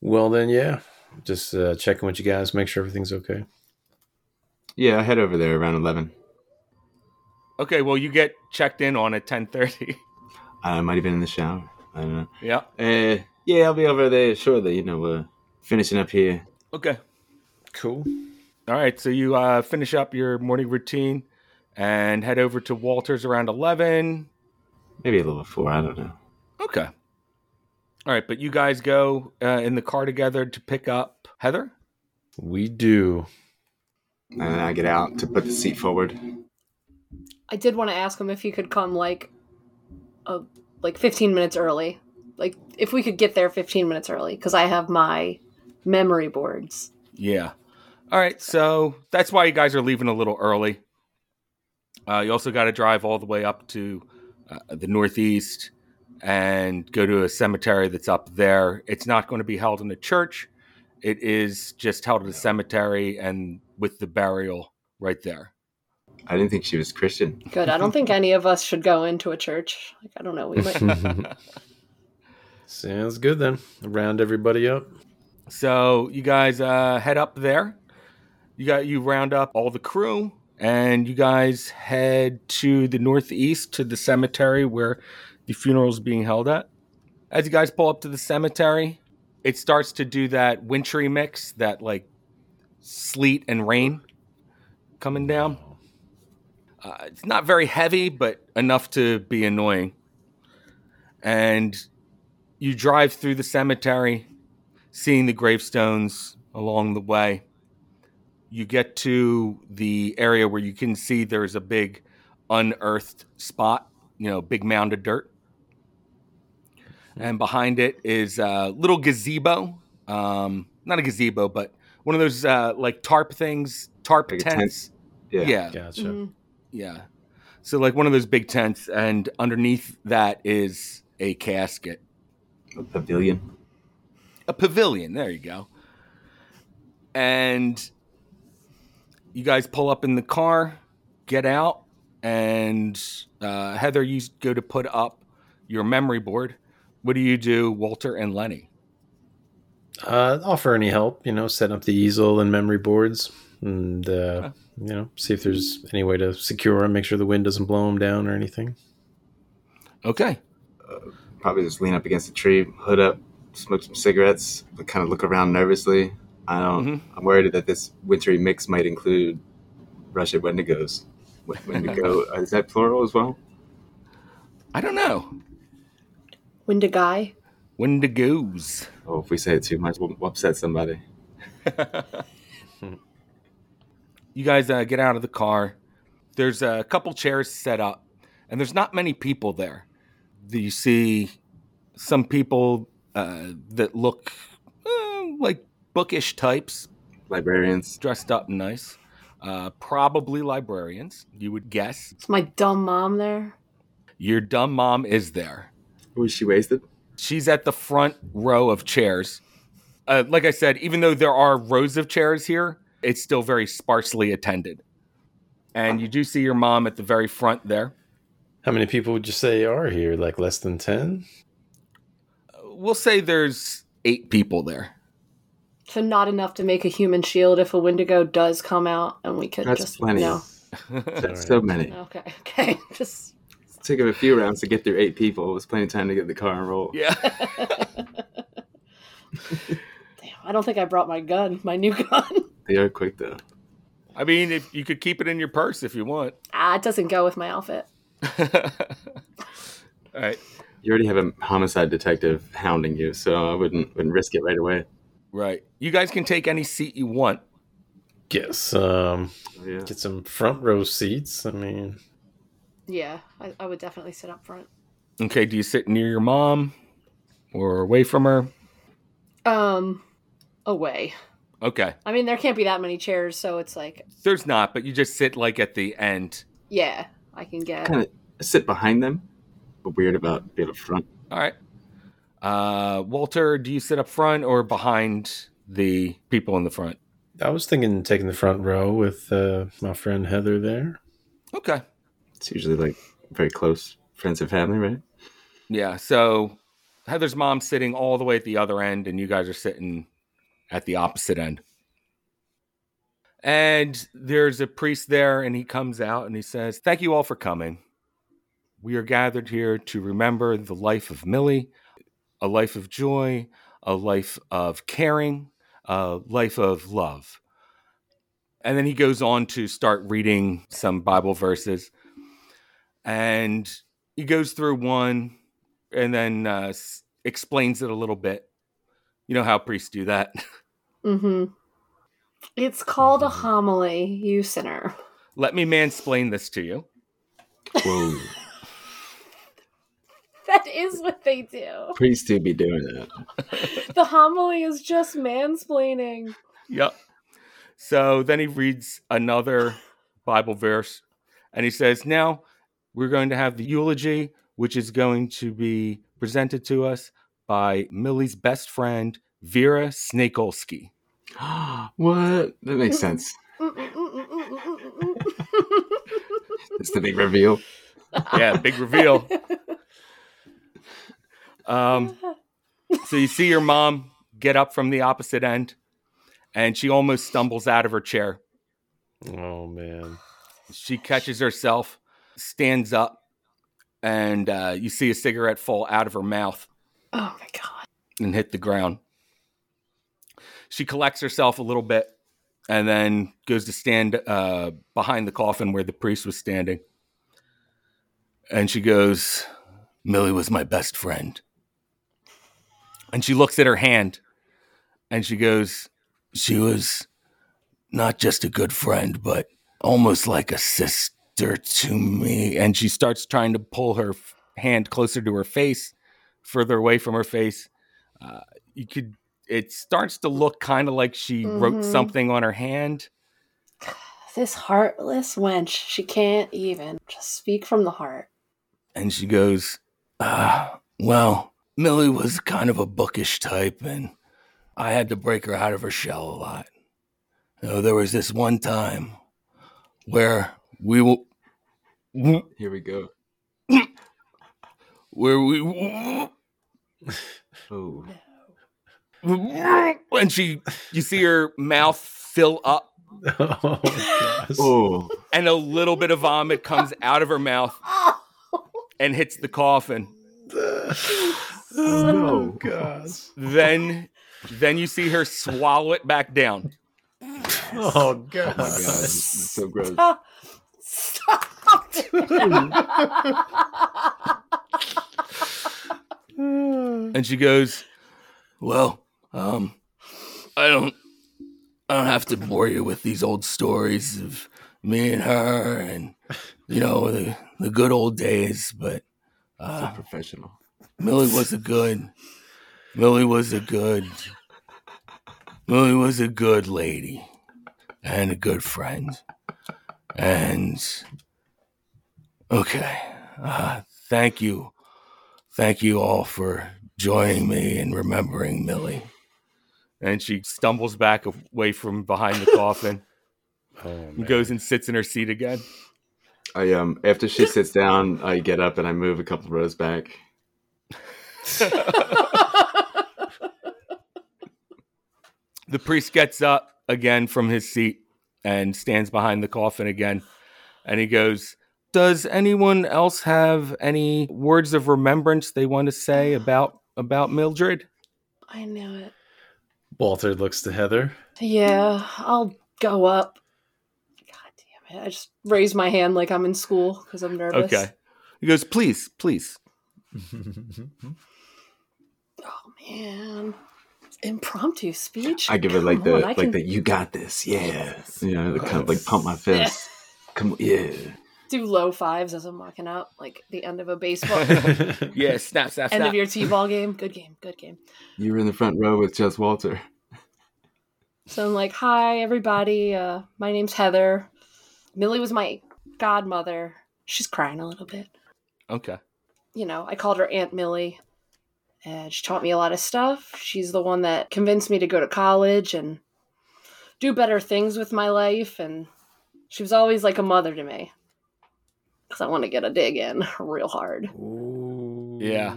[SPEAKER 7] Well, then, yeah. Just uh, checking with you guys, make sure everything's okay.
[SPEAKER 4] Yeah, I head over there around eleven.
[SPEAKER 2] Okay, well, you get checked in on at 10.30.
[SPEAKER 4] I might have been in the shower. I don't know.
[SPEAKER 2] (laughs) yeah.
[SPEAKER 4] Uh, yeah, I'll be over there shortly. You know, uh, finishing up here.
[SPEAKER 2] Okay.
[SPEAKER 7] Cool.
[SPEAKER 2] All right, so you uh, finish up your morning routine and head over to Walters around 11.
[SPEAKER 4] Maybe a little before. I don't know.
[SPEAKER 2] Okay. All right, but you guys go uh, in the car together to pick up Heather.
[SPEAKER 7] We do.
[SPEAKER 4] And then I get out to put the seat forward.
[SPEAKER 5] I did want to ask him if he could come like, uh, like 15 minutes early. Like if we could get there 15 minutes early, because I have my memory boards.
[SPEAKER 2] Yeah. All right, so that's why you guys are leaving a little early. Uh, you also got to drive all the way up to uh, the northeast and go to a cemetery that's up there. It's not going to be held in a church. It is just held at a cemetery and with the burial right there.
[SPEAKER 4] I didn't think she was Christian.
[SPEAKER 5] Good. I
[SPEAKER 4] (laughs)
[SPEAKER 5] don't think any of us should go into a church. Like I don't know. We might.
[SPEAKER 7] Sounds good then. Round everybody up.
[SPEAKER 2] So you guys uh, head up there. You got you round up all the crew, and you guys head to the northeast to the cemetery where the funeral's being held at. As you guys pull up to the cemetery, it starts to do that wintry mix, that like sleet and rain coming down. Uh, it's not very heavy, but enough to be annoying. And you drive through the cemetery seeing the gravestones along the way. You get to the area where you can see there's a big unearthed spot, you know, big mound of dirt. And behind it is a little gazebo. Um, not a gazebo, but one of those uh, like tarp things, tarp
[SPEAKER 4] Like a tent?
[SPEAKER 2] tents.
[SPEAKER 4] Yeah.
[SPEAKER 2] yeah.
[SPEAKER 7] Gotcha.
[SPEAKER 5] Mhm.
[SPEAKER 2] Yeah. So like one of those big tents, and underneath that is a casket,
[SPEAKER 4] A pavilion.
[SPEAKER 2] a pavilion. There you go. And you guys pull up in the car, get out, and uh, Heather, you go to put up your memory board. What do you do, Walter and Lenny?
[SPEAKER 7] Uh, offer any help, you know, setting up the easel and memory boards and, uh, you know, see if there's any way to secure them, make sure the wind doesn't blow them down or anything.
[SPEAKER 2] Okay.
[SPEAKER 4] Probably just lean up against a tree, hood up, smoke some cigarettes, but kind of look around nervously. I don't. I'm worried that this wintry mix might include Russian Wendigos. Wen- (laughs) Wendigo Uh, is that plural as well?
[SPEAKER 2] I don't know.
[SPEAKER 5] Wendigai.
[SPEAKER 2] Wendigos.
[SPEAKER 4] Oh, if we say it too much, we'll we'll upset somebody.
[SPEAKER 2] (laughs) you guys uh, get out of the car. There's a couple chairs set up, and there's not many people there. You see some people uh, that look eh, like bookish types,
[SPEAKER 4] Librarians.
[SPEAKER 2] dressed up nice, uh, probably librarians, you would guess.
[SPEAKER 5] It's my dumb mom there.
[SPEAKER 2] Your dumb mom is there.
[SPEAKER 4] Was she wasted?
[SPEAKER 2] She's at the front row of chairs. Uh, like I said, even though there are rows of chairs here, it's still very sparsely attended. And you do see your mom at the very front there.
[SPEAKER 7] How many people would you say are here? Like less than 10?
[SPEAKER 2] We'll say there's eight people there.
[SPEAKER 5] So not enough to make a human shield if a Wendigo does come out, and we could
[SPEAKER 4] That's
[SPEAKER 5] just
[SPEAKER 4] plenty.
[SPEAKER 5] no.
[SPEAKER 4] (laughs) That's so many.
[SPEAKER 5] Okay. (laughs) Okay. Just
[SPEAKER 4] It took him a few rounds to get through eight people. It was plenty of time to get in the car and roll.
[SPEAKER 2] Yeah.
[SPEAKER 5] damn. I don't think I brought my gun. My new (laughs) gun.
[SPEAKER 4] They are quick though.
[SPEAKER 2] (laughs) I mean, if you could keep it in your purse if you want. (laughs)
[SPEAKER 5] ah, it doesn't go with my outfit.
[SPEAKER 2] All right.
[SPEAKER 4] You already have a homicide detective hounding you, so I wouldn't wouldn't risk it right away.
[SPEAKER 2] Right. You guys can take any seat you want.
[SPEAKER 7] Guess. Um,
[SPEAKER 4] Yeah.
[SPEAKER 7] get some front row seats. I mean,
[SPEAKER 5] Yeah, I, I would definitely sit up front.
[SPEAKER 2] Okay. Do you sit near your mom or away from her?
[SPEAKER 5] Um, away.
[SPEAKER 2] Okay.
[SPEAKER 5] I mean, there can't be that many chairs, so it's like,
[SPEAKER 2] There's not, but you just sit like at the end.
[SPEAKER 5] yeah, I can get.
[SPEAKER 4] Kind of sit behind them, but weird about being up front.
[SPEAKER 2] All right. Uh, Walter, do you sit up front or behind the people in the front?
[SPEAKER 7] I was thinking taking the front row with uh, my friend Heather there.
[SPEAKER 2] Okay.
[SPEAKER 4] It's usually like very close friends and family, right?
[SPEAKER 2] Yeah. So Heather's mom's sitting all the way at the other end, and you guys are sitting at the opposite end. And there's a priest there, and he comes out and he says, Thank you all for coming. We are gathered here to remember the life of Millie, a life of joy, a life of caring, a life of love. And then he goes on to start reading some Bible verses. And he goes through one and then uh, s- explains it a little bit. You know how priests do that. (laughs)
[SPEAKER 5] Mm-hmm. It's called a homily, you sinner. (laughs)
[SPEAKER 2] Let me mansplain this to you.
[SPEAKER 4] Whoa.
[SPEAKER 5] That is what they do.
[SPEAKER 4] Priests do be doing that.
[SPEAKER 5] The homily is just mansplaining.
[SPEAKER 2] Yep. So then he reads another Bible verse and he says, Now we're going to have the eulogy, which is going to be presented to us by Millie's best friend, Vera Snakolsky.
[SPEAKER 4] (gasps) what? That makes sense.
[SPEAKER 5] (laughs)
[SPEAKER 4] It's the big reveal.
[SPEAKER 2] Yeah, big reveal. Oh,
[SPEAKER 5] (laughs)
[SPEAKER 2] Um, so you see your mom get up from the opposite end and she almost stumbles out of her chair.
[SPEAKER 3] Oh man.
[SPEAKER 7] (laughs)
[SPEAKER 2] She catches herself, stands up, and uh, you see a cigarette fall out of her mouth.
[SPEAKER 5] oh my god.
[SPEAKER 2] and hit the ground. She collects herself a little bit and then goes to stand uh, behind the coffin where the priest was standing. And she goes, Millie was my best friend. And she looks at her hand and she goes, She was not just a good friend, but almost like a sister to me. And she starts trying to pull her f- hand closer to her face, further away from her face Uh, you could it starts to look kind of like she wrote
[SPEAKER 5] Mhm.
[SPEAKER 2] something on her hand
[SPEAKER 5] This heartless wench, she can't even just speak from the heart. (gasps)
[SPEAKER 2] and she goes uh, well millie was kind of a bookish type and i had to break her out of her shell a lot you know, there was this one time where we w- w-
[SPEAKER 4] Here we go.
[SPEAKER 2] where we w-
[SPEAKER 4] Oh.
[SPEAKER 2] and she you see her mouth fill up
[SPEAKER 3] Oh gosh.
[SPEAKER 4] Oh.
[SPEAKER 2] and a little bit of vomit comes out of her mouth
[SPEAKER 5] Oh,
[SPEAKER 2] and hits the coffin
[SPEAKER 4] No.
[SPEAKER 3] gosh.
[SPEAKER 2] then then you see her swallow it back down
[SPEAKER 3] Oh
[SPEAKER 4] Oh my god. (laughs)
[SPEAKER 3] gosh.
[SPEAKER 4] That's so gross.
[SPEAKER 5] stop. Stop (laughs) it.
[SPEAKER 2] and she goes well um i don't i don't have to bore you with these old stories of me and her and you know the, the good old days but
[SPEAKER 4] So
[SPEAKER 2] uh,
[SPEAKER 4] professional.
[SPEAKER 2] millie was a good millie was a good millie was a good lady and a good friend and okay uh, thank you thank you all for joining me and remembering millie and she stumbles back away from behind the coffin
[SPEAKER 3] Oh, man.
[SPEAKER 2] and goes and sits in her seat again
[SPEAKER 4] I um after she sits down, I get up and I move a couple rows back.
[SPEAKER 2] the priest gets up again from his seat and stands behind the coffin again and he goes does anyone else have any words of remembrance they want to say about about mildred
[SPEAKER 5] I knew it.
[SPEAKER 3] Walter looks
[SPEAKER 7] (laughs)
[SPEAKER 3] to Heather.
[SPEAKER 5] Yeah, I'll go up. God damn it. I just raise my hand like I'm in school because I'm nervous.
[SPEAKER 2] okay he goes please please
[SPEAKER 5] Oh man. Impromptu speech.
[SPEAKER 4] I give it
[SPEAKER 5] Come
[SPEAKER 4] like the
[SPEAKER 5] on, I
[SPEAKER 4] like
[SPEAKER 5] can Oh,
[SPEAKER 4] the you got this, yeah.
[SPEAKER 5] Yes.
[SPEAKER 4] You know, kind of like pump
[SPEAKER 5] (laughs)
[SPEAKER 4] my fist. Come on, yeah.
[SPEAKER 5] do low fives as I'm walking out, like the end of a baseball
[SPEAKER 2] yeah snap snap
[SPEAKER 5] end
[SPEAKER 2] snap
[SPEAKER 5] of your T ball game. Good game, good game.
[SPEAKER 4] You were in the front row with just Walter.
[SPEAKER 5] So I'm like, hi everybody. Uh, my name's Heather. Millie was my godmother. She's crying a little bit.
[SPEAKER 2] okay
[SPEAKER 5] you know, I called her Aunt Millie, and she taught me a lot of stuff. She's the one that convinced me to go to college and do better things with my life, and she was always like a mother to me. (laughs) Because I want to get a dig in real hard.
[SPEAKER 2] yeah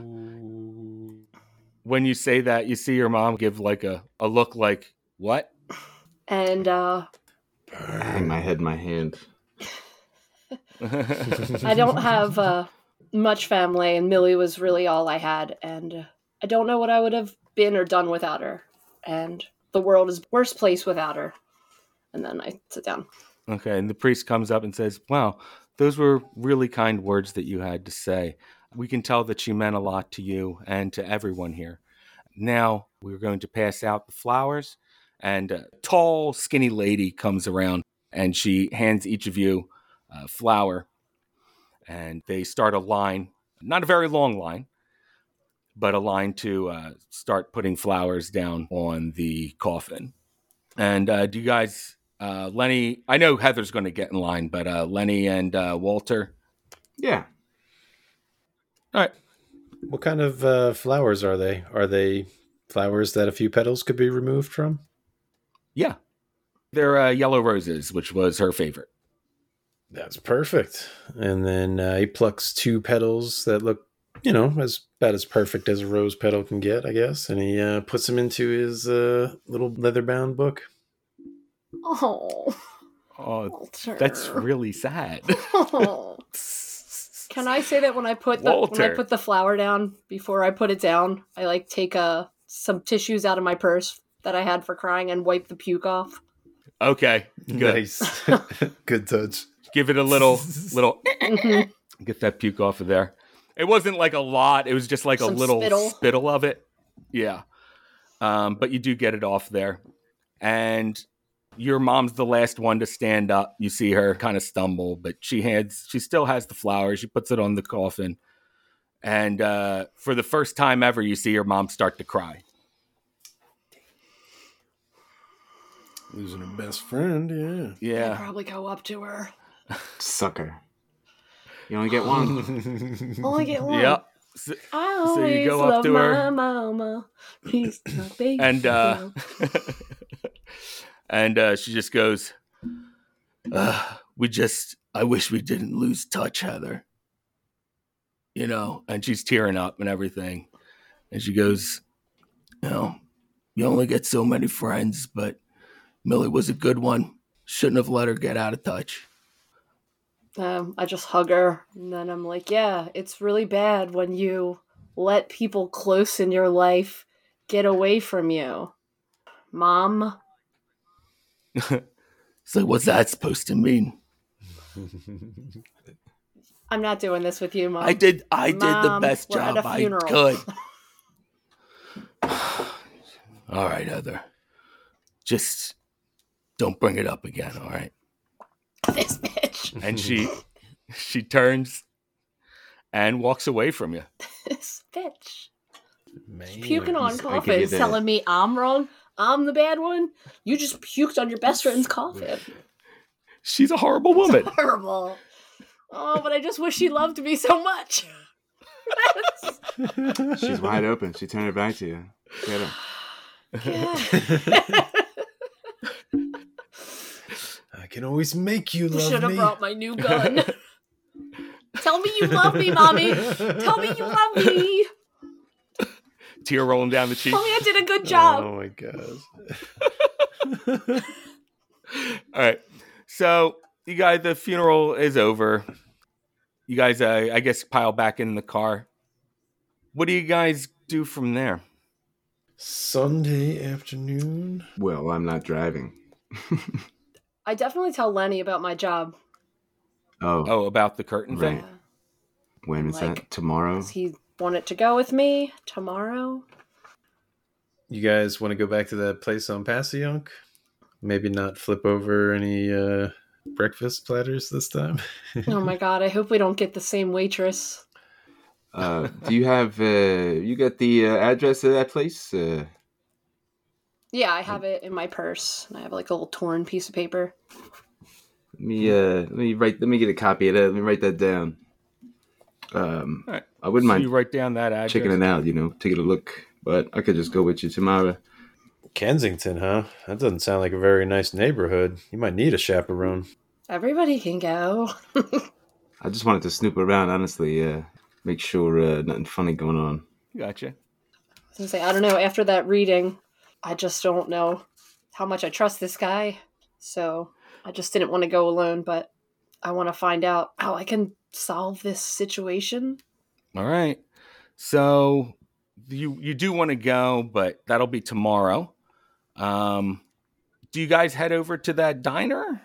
[SPEAKER 2] when you say that, you see your mom give like a, a look like, what? (laughs)
[SPEAKER 5] And uh,
[SPEAKER 4] Bang, my head, in my hand.
[SPEAKER 5] I don't have uh, much family, and Millie was really all I had. And uh, I don't know what I would have been or done without her. And the world is worse place without her. And then I sit down.
[SPEAKER 2] Okay, and the priest comes up and says, "Wow, those were really kind words that you had to say. We can tell that she meant a lot to you and to everyone here. Now we're going to pass out the flowers." And a tall, skinny lady comes around and she hands each of you a flower, and they start a line—not a very long line, but a line to uh, start putting flowers down on the coffin. And uh, do you guys? uh, Lenny, I know Heather's going to get in line, but uh, Lenny and uh, Walter.
[SPEAKER 4] Yeah.
[SPEAKER 2] All right.
[SPEAKER 3] What kind of uh, flowers are they? Are they flowers that a few petals could be removed from?
[SPEAKER 2] Yeah. They're uh, yellow roses, which was her favorite.
[SPEAKER 3] That's perfect. And then uh, he plucks two petals that look, you know, as about as perfect as a rose petal can get, I guess. And he uh, puts them into his uh, little leather-bound book.
[SPEAKER 5] Oh,
[SPEAKER 2] Oh,
[SPEAKER 5] Walter. (laughs)
[SPEAKER 2] that's really sad.
[SPEAKER 5] Oh. Can I say that when I put the, when I
[SPEAKER 2] Walter.
[SPEAKER 5] put the flower down before I put it down, I like take uh, some tissues out of my purse that I had for crying and wipe the puke off.
[SPEAKER 2] okay. Good.
[SPEAKER 3] Nice, (laughs) good touch.
[SPEAKER 2] Give it a little, (laughs) little,
[SPEAKER 5] Mhm.
[SPEAKER 2] get that puke off of there. It wasn't like a lot. It was just like a
[SPEAKER 5] Some
[SPEAKER 2] little
[SPEAKER 5] spittle.
[SPEAKER 2] spittle of it. Yeah. Um, but you do get it off there. And your mom's the last one to stand up. You see her kind of stumble, but she has she still has the flowers. She puts it on the coffin. And uh, for the first time ever, you see your mom start to cry.
[SPEAKER 8] Losing her best friend, yeah.
[SPEAKER 5] I
[SPEAKER 2] Yeah.
[SPEAKER 5] probably go up to her.
[SPEAKER 4] Sucker. You only get one.
[SPEAKER 5] (laughs)
[SPEAKER 2] (laughs)
[SPEAKER 5] Only get one.
[SPEAKER 2] Yep. So-
[SPEAKER 5] I
[SPEAKER 2] So you
[SPEAKER 5] always
[SPEAKER 2] go up
[SPEAKER 5] love
[SPEAKER 2] to
[SPEAKER 5] my
[SPEAKER 2] her.
[SPEAKER 5] mama. He's my baby. (laughs)
[SPEAKER 2] and uh,
[SPEAKER 5] girl.
[SPEAKER 2] (laughs) and uh, she just goes, "Ugh, "We just, I wish we didn't lose touch, Heather." You know, and she's tearing up and everything, and she goes, "You know, you only get so many friends, but Millie was a good one. Shouldn't have let her get out of touch."
[SPEAKER 5] um, I just hug her, and then I'm like, "Yeah, it's really bad when you let people close in your life get away from you, Mom."
[SPEAKER 2] It's like, what's that supposed to mean?
[SPEAKER 5] I'm not doing this with you, Mom.
[SPEAKER 2] I did, I did the
[SPEAKER 5] Mom,
[SPEAKER 2] best
[SPEAKER 5] we're at
[SPEAKER 2] job
[SPEAKER 5] a
[SPEAKER 2] I
[SPEAKER 5] funeral.
[SPEAKER 2] could. all right, Heather, just don't bring it up again. All right.
[SPEAKER 5] (laughs) this bitch.
[SPEAKER 2] and she she turns and walks away from you.
[SPEAKER 5] This bitch.
[SPEAKER 3] Man.
[SPEAKER 5] Puking on
[SPEAKER 4] he's- I could
[SPEAKER 5] coffins,
[SPEAKER 4] get a-
[SPEAKER 5] telling me I'm wrong. I'm the bad one. You just puked on your best friend's coffin.
[SPEAKER 2] She's a horrible woman.
[SPEAKER 5] (laughs) Horrible. Oh, but I just wish she loved me so
[SPEAKER 3] (laughs)
[SPEAKER 5] much. (laughs)
[SPEAKER 4] She's wide open. She turned her back to you. Get her.
[SPEAKER 5] Yeah.
[SPEAKER 3] I can always make you
[SPEAKER 5] You should
[SPEAKER 3] love
[SPEAKER 5] have
[SPEAKER 3] me.
[SPEAKER 5] brought my new
[SPEAKER 3] (laughs)
[SPEAKER 5] gun. Tell me you love me, mommy. Tell me you love me.
[SPEAKER 2] Tear rolling down the cheek.
[SPEAKER 5] Tell me I did
[SPEAKER 3] (laughs)
[SPEAKER 5] a good job.
[SPEAKER 3] Oh my gosh.
[SPEAKER 2] All right. So you guys, the funeral is over. You guys, uh, I guess, pile back in the car. What do you guys do from there?
[SPEAKER 3] Sunday afternoon.
[SPEAKER 4] Well, I'm not driving.
[SPEAKER 5] I definitely tell Lenny about my job.
[SPEAKER 4] Oh,
[SPEAKER 2] Oh, about the curtain thing.
[SPEAKER 4] Right. when is
[SPEAKER 5] like-
[SPEAKER 4] that? Tomorrow?
[SPEAKER 5] Does he want it to go with me tomorrow?
[SPEAKER 3] You guys want to go back to that place on Passyunk? Maybe not flip over any uh, breakfast platters this time.
[SPEAKER 5] Oh my god, I hope we don't get the same waitress.
[SPEAKER 4] Uh, do you have, uh, you got the uh, address of that place? Uh,
[SPEAKER 5] Yeah, I have it in my purse. And I have like a little torn piece of paper.
[SPEAKER 4] let me, uh, let me write, let me get a copy of that. Let me write that down. Um,
[SPEAKER 2] All right.
[SPEAKER 4] I wouldn't
[SPEAKER 2] So
[SPEAKER 4] mind
[SPEAKER 2] you write down that address.
[SPEAKER 4] checking it out, you know, taking a look, but I could just go with you tomorrow.
[SPEAKER 3] Kensington, huh? That doesn't sound like a very nice neighborhood. You might need a chaperone.
[SPEAKER 5] Everybody can go. (laughs)
[SPEAKER 4] I just wanted to snoop around, honestly, uh, make sure uh, nothing funny going on.
[SPEAKER 2] Gotcha.
[SPEAKER 5] was gonna say, I don't know. After that reading, I just don't know how much I trust this guy. So I just didn't want to go alone, but I want to find out how I can solve this situation.
[SPEAKER 2] All right. So you you do want to go, but that'll be tomorrow. Um, do you guys head over to that diner,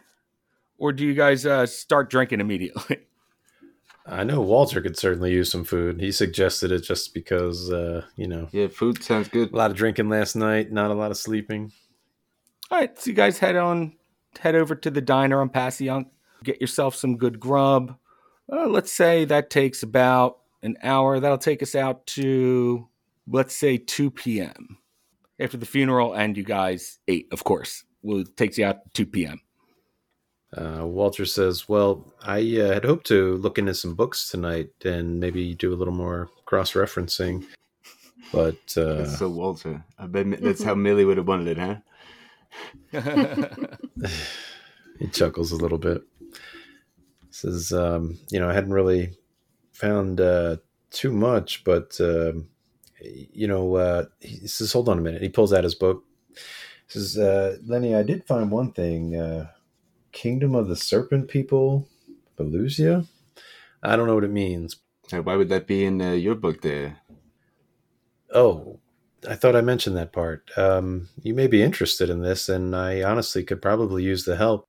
[SPEAKER 2] or do you guys uh, start drinking immediately? (laughs)
[SPEAKER 3] I know Walter could certainly use some food. He suggested it just because, uh, you know,
[SPEAKER 4] Yeah, food sounds good.
[SPEAKER 3] a lot of drinking last night, not a lot of sleeping.
[SPEAKER 2] All right, so you guys head on, head over to the diner on Passyunk, get yourself some good grub. Uh, let's say that takes about an hour. That'll take us out to, let's say, 2 p.m. After the funeral, and you guys ate, of course. Well, it takes you out to 2 p.m.
[SPEAKER 3] Uh, Walter says, Well, I uh, had hoped to look into some books tonight and maybe do a little more cross referencing. But uh,
[SPEAKER 4] That's so Walter. I bet mi- that's how
[SPEAKER 2] Mm-hmm.
[SPEAKER 4] Millie would have wanted it, huh?
[SPEAKER 3] He chuckles a little bit. Says, um, you know, I hadn't really found uh, too much, but um, you know, uh, he says, hold on a minute. He pulls out his book. Says, uh, Lenny, I did find one thing: uh, Kingdom of the Serpent People, Belusia. I don't know what it means.
[SPEAKER 4] Uh, why would that be in uh, your book there?
[SPEAKER 3] Oh, I thought I mentioned that part. Um, you may be interested in this, and I honestly could probably use the help.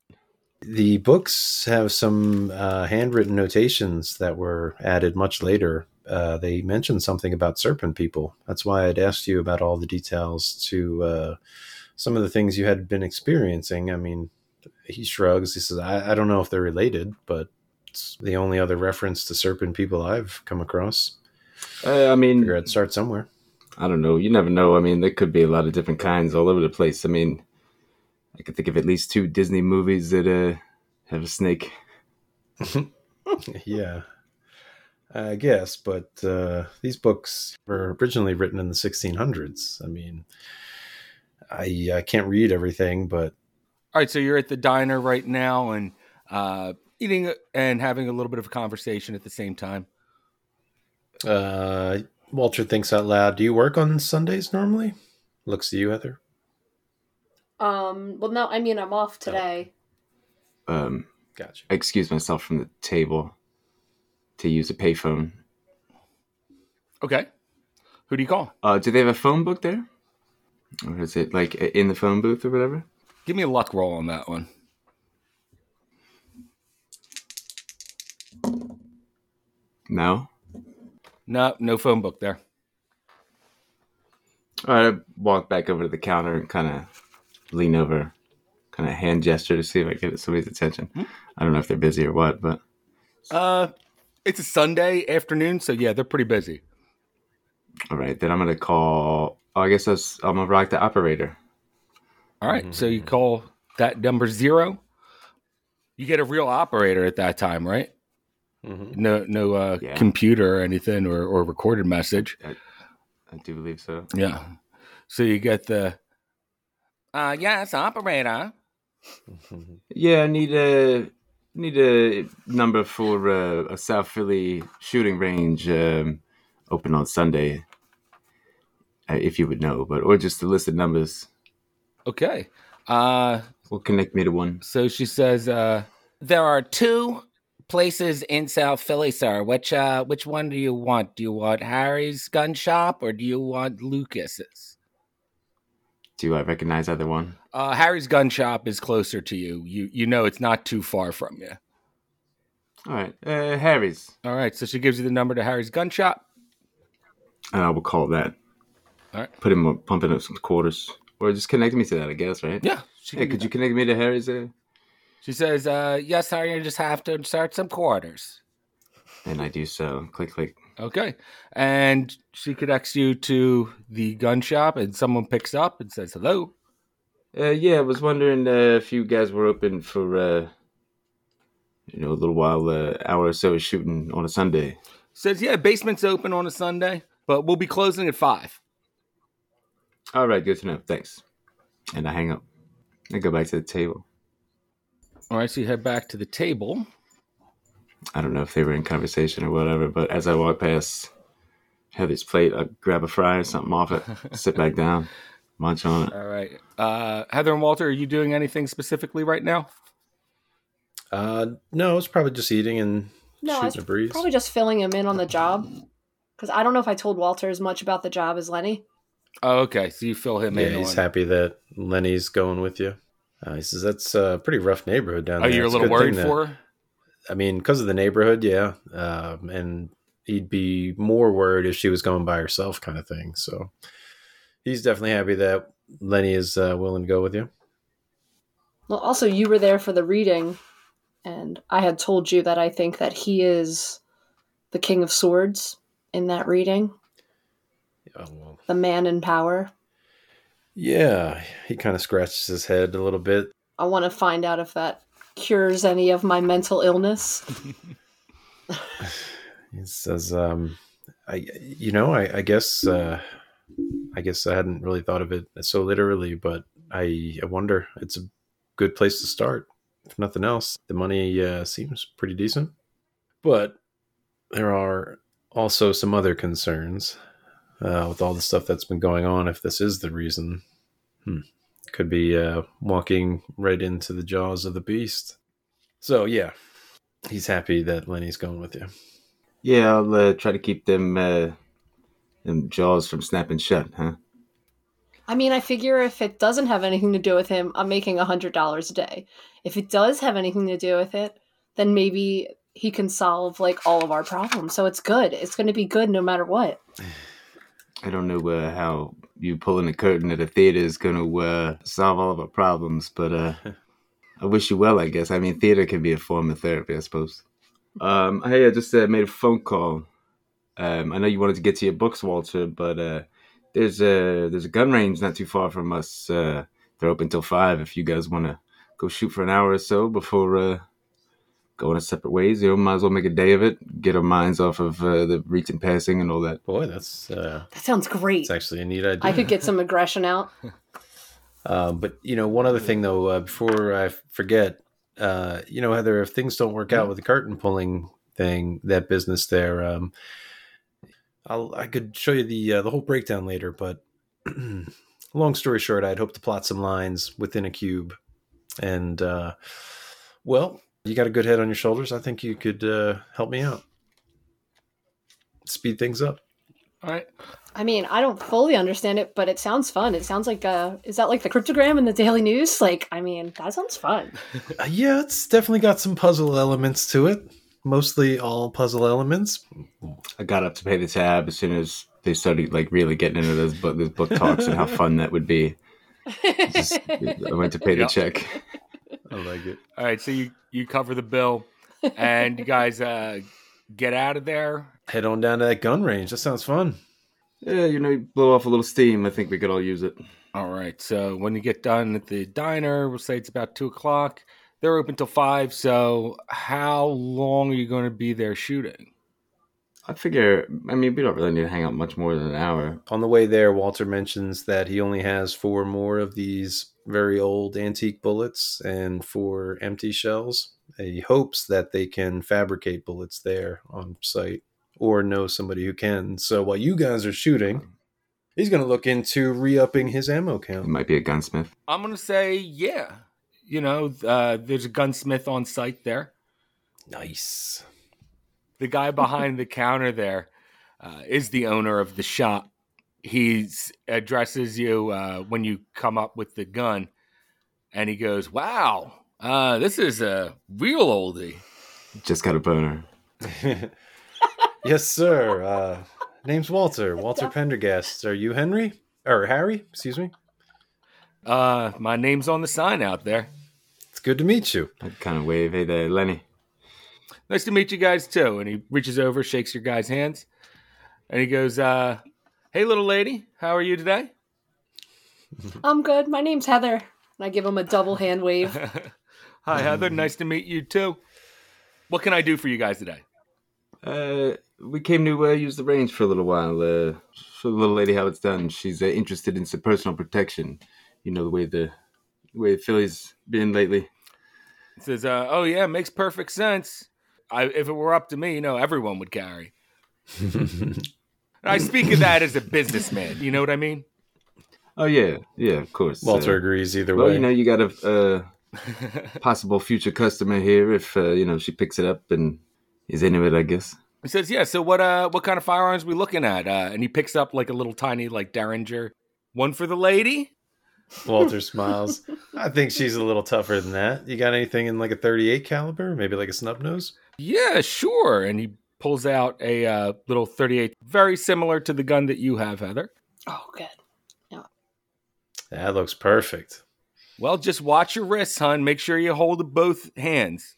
[SPEAKER 3] The books have some uh, handwritten notations that were added much later. Uh, they mentioned something about serpent people. That's why I'd asked you about all the details to uh, some of the things you had been experiencing. I mean, he shrugs. He says, I, I don't know if they're related, but it's the only other reference to serpent people I've come across.
[SPEAKER 4] Uh, I mean,
[SPEAKER 3] Figure I'd start somewhere.
[SPEAKER 4] I don't know. You never know. I mean, there could be a lot of different kinds all over the place. I mean, I could think of at least two Disney movies that uh, have a snake.
[SPEAKER 3] yeah i guess but uh, these books were originally written in the 1600s i mean i i can't read everything but
[SPEAKER 2] All right, so you're at the diner right now and uh, eating and having a little bit of a conversation at the same time.
[SPEAKER 3] uh, walter thinks out loud do you work on sundays normally looks to you heather
[SPEAKER 5] Um, well, no, I mean, I'm off today.
[SPEAKER 4] Um,
[SPEAKER 3] gotcha
[SPEAKER 4] I excused myself from the table to use a payphone.
[SPEAKER 2] Okay. Who do you call?
[SPEAKER 4] Uh, do they have a phone book there? Or is it like i- in the phone booth or whatever?
[SPEAKER 2] Give me a luck roll on that one.
[SPEAKER 4] No.
[SPEAKER 2] No, no phone book there.
[SPEAKER 4] All right, I walk back over to the counter and kind of lean over, kind of hand gesture to see if I get somebody's attention. I don't know if they're busy or what, but
[SPEAKER 2] Uh, it's a Sunday afternoon, so yeah, they're pretty busy.
[SPEAKER 4] all right, then I'm gonna call. Oh, I guess that's, I'm gonna rock the operator.
[SPEAKER 2] All right, so you call that number zero. You get a real operator at that time, right?
[SPEAKER 3] mm-hmm.
[SPEAKER 2] No, no uh,
[SPEAKER 4] Yeah.
[SPEAKER 2] computer or anything or, or recorded message.
[SPEAKER 4] I do believe so.
[SPEAKER 2] Yeah. So you get the. Uh, yes, operator.
[SPEAKER 3] Mm-hmm.
[SPEAKER 4] Yeah, I need a need a number for uh, a South Philly shooting range um, open on Sunday, uh, if you would know, but or just the listed numbers
[SPEAKER 2] Okay. Uh,
[SPEAKER 4] will connect me to one.
[SPEAKER 2] so she says, uh, there are two places in South Philly, sir. Which uh, which one do you want? Do you want Harry's gun shop or do you want Lucas's?
[SPEAKER 4] Do I recognize either one?
[SPEAKER 2] Uh, Harry's gun shop is closer to you. You you know it's not too far from you.
[SPEAKER 4] All right, uh, Harry's,
[SPEAKER 2] All right, so she gives you the number to Harry's gun shop.
[SPEAKER 4] and Uh, I will call that.
[SPEAKER 2] All right.
[SPEAKER 4] put him pumping up some quarters, or just connect me to that, I guess, right?
[SPEAKER 2] Yeah. She,
[SPEAKER 4] Hey, could you connect me to Harry's? Uh,
[SPEAKER 2] she says, uh, "Yes, Harry, you just have to insert some quarters."
[SPEAKER 4] and I do so. Click, click.
[SPEAKER 2] Okay, and she connects you to the gun shop, and someone picks up and says, "Hello."
[SPEAKER 4] Uh, yeah, I was wondering uh, if you guys were open for, uh, you know, a little while, uh, hour or so of shooting on a Sunday.
[SPEAKER 2] Says, "Yeah, basement's open on a Sunday, but we'll be closing at 5.
[SPEAKER 4] All right, good to know. Thanks. And I hang up. I go back to the table.
[SPEAKER 2] All right, so you head back to the table.
[SPEAKER 4] I don't know if they were in conversation or whatever, but as I walk past, Heather's plate. I grab a fry or something off it, sit back down, munch on it.
[SPEAKER 2] All right. Uh, Heather and Walter, are you doing anything specifically right now?
[SPEAKER 3] Uh, no, it's probably just eating and
[SPEAKER 5] No, I was
[SPEAKER 3] shooting a breeze.
[SPEAKER 5] probably just filling him in on the job because I don't know if I told Walter as much about the job as Lenny.
[SPEAKER 2] Oh, okay. So you fill him
[SPEAKER 3] yeah,
[SPEAKER 2] in.
[SPEAKER 3] he's
[SPEAKER 2] on-
[SPEAKER 3] happy that Lenny's going with you. Uh, he says that's a pretty rough neighborhood down
[SPEAKER 2] Oh,
[SPEAKER 3] there.
[SPEAKER 2] you're a
[SPEAKER 3] It's
[SPEAKER 2] little worried
[SPEAKER 3] good thing that-
[SPEAKER 2] for her?
[SPEAKER 3] I mean, because of the neighborhood, yeah. Um, and he'd be more worried if she was going by herself, kind of thing. So he's definitely happy that Lenny is uh, willing to go with you.
[SPEAKER 5] Well, also you were there for the reading, and I had told you that I think that he is the King of Swords in that reading,
[SPEAKER 3] Yeah, well,
[SPEAKER 5] the man in power.
[SPEAKER 3] yeah. He kind of scratches his head a little bit.
[SPEAKER 5] I want to find out if that cures any of my mental illness.
[SPEAKER 3] He says, um, "I, you know, I, I guess, uh, I guess I hadn't really thought of it so literally, but I, I wonder. It's a good place to start, if nothing else. The money uh, seems pretty decent, but there are also some other concerns uh, with all the stuff that's been going on. If this is the reason, hmm. could be uh, walking right into the jaws of the beast. So yeah." He's happy that Lenny's going with you.
[SPEAKER 4] Yeah, I'll uh, try to keep them uh, them jaws from snapping shut, huh?
[SPEAKER 5] I mean, I figure if it doesn't have anything to do with him, I'm making $100 a day. If it does have anything to do with it, then maybe he can solve like all of our problems. So it's good. It's going to be good no matter what.
[SPEAKER 4] I don't know uh, how you pulling a curtain at a theater is going to uh, solve all of our problems, but (laughs) uh, I wish you well, I guess. I mean, theater can be a form of therapy, I suppose. Um, hey, I just uh, made a phone call. Um, I know you wanted to get to your books, Walter, but uh, there's a there's a gun range not too far from us. Uh, they're open till five. If you guys want to go shoot for an hour or so before uh, going our separate ways, you know, might as well make a day of it. Get our minds off of uh, the reach and passing and all that.
[SPEAKER 3] Boy, that's uh,
[SPEAKER 5] That sounds great.
[SPEAKER 3] it's actually a neat idea.
[SPEAKER 5] I could get some aggression out.
[SPEAKER 3] Um, but you know, one other thing though, uh, before I f- forget, uh, you know, Heather, if things don't work
[SPEAKER 5] Mm-hmm.
[SPEAKER 3] out with the curtain pulling thing, that business there, um, I'll I could show you the uh, the whole breakdown later. But (clears throat) long story short, I'd hope to plot some lines within a cube, and uh, well, you got a good head on your shoulders. I think you could uh, help me out, speed things up.
[SPEAKER 2] All right.
[SPEAKER 5] I mean, I don't fully understand it, but it sounds fun. It sounds like uh is that like the cryptogram in the Daily News? Like, I mean, that sounds fun.
[SPEAKER 3] Uh, yeah, it's definitely got some puzzle elements to it. Mostly all puzzle elements.
[SPEAKER 4] I got up to pay the tab as soon as they started like really getting into those book, those book talks and how fun that would be. Just- I went to pay the
[SPEAKER 2] Yep.
[SPEAKER 4] check.
[SPEAKER 3] I like it.
[SPEAKER 2] All right. So you, you cover the bill and you guys uh, get out of there.
[SPEAKER 3] Head on down to that gun range. That sounds fun.
[SPEAKER 4] Yeah, you know, you blow off a little steam. I think we could all use it.
[SPEAKER 2] All right. So when you get done at the diner, we'll say it's about two o'clock. They're open till five. So how long are you going to be there shooting?
[SPEAKER 4] I figure. I mean, we don't really need to hang out much more than an hour.
[SPEAKER 3] On the way there, Walter mentions that he only has four more of these very old antique bullets and four empty shells. He hopes that they can fabricate bullets there on site or know somebody who can. So while you guys are shooting, he's going to look into re upping his ammo
[SPEAKER 4] It
[SPEAKER 3] count.
[SPEAKER 4] might be a gunsmith.
[SPEAKER 2] I'm going to say, yeah. You know, uh, there's a gunsmith on site there.
[SPEAKER 3] Nice.
[SPEAKER 2] the guy behind the counter there uh, is the owner of the shop. He addresses you uh, when you come up with the gun, and he goes, "Wow, uh, this is a real oldie."
[SPEAKER 4] Just got a boner.
[SPEAKER 3] (laughs) yes, sir. Uh, name's Walter. Walter Pendergast. Are you Henry or Harry? Excuse me.
[SPEAKER 2] Uh, my name's on the sign out there.
[SPEAKER 3] It's good to meet
[SPEAKER 4] (laughs)
[SPEAKER 3] you.
[SPEAKER 4] I kind of wave. Hey there, Lenny.
[SPEAKER 2] Nice to meet you guys too. And he reaches over, shakes your guys' hands, and he goes, uh, "Hey, little lady, how are you today?"
[SPEAKER 5] I'm good. My name's Heather. And I give him a double hand wave.
[SPEAKER 2] Hi, Heather. Nice to meet you too. What can I do for you guys today?
[SPEAKER 4] Uh, we came to uh, use the range for a little while. Uh, show the little lady how it's done. She's uh, interested in some personal protection. You know the way the, the way Philly's been lately.
[SPEAKER 2] says, uh, "Oh yeah, makes perfect sense. I, if it were up to me, you know, everyone would carry." I speak of that as a businessman. You know what I mean?
[SPEAKER 4] Oh yeah, yeah, of course.
[SPEAKER 3] Walter
[SPEAKER 4] Uh,
[SPEAKER 3] agrees either
[SPEAKER 4] well,
[SPEAKER 3] way.
[SPEAKER 4] you know, you got a (laughs) uh, possible future customer here if uh, you know she picks it up and is into it. I guess.
[SPEAKER 2] He says, "Yeah. So what? Uh, what kind of firearms we looking at?" Uh, and he picks up like a little tiny like Derringer, one for the lady.
[SPEAKER 3] Walter
[SPEAKER 4] (laughs)
[SPEAKER 3] smiles. I think she's a little tougher than that. You got anything in like a 38 caliber, maybe like a snub nose?
[SPEAKER 2] Yeah, sure. And he pulls out a uh, little 38, very similar to the gun that you have, Heather.
[SPEAKER 5] Oh, good.
[SPEAKER 3] That looks perfect.
[SPEAKER 2] Well, just watch your wrists, hon. Make sure you hold both hands.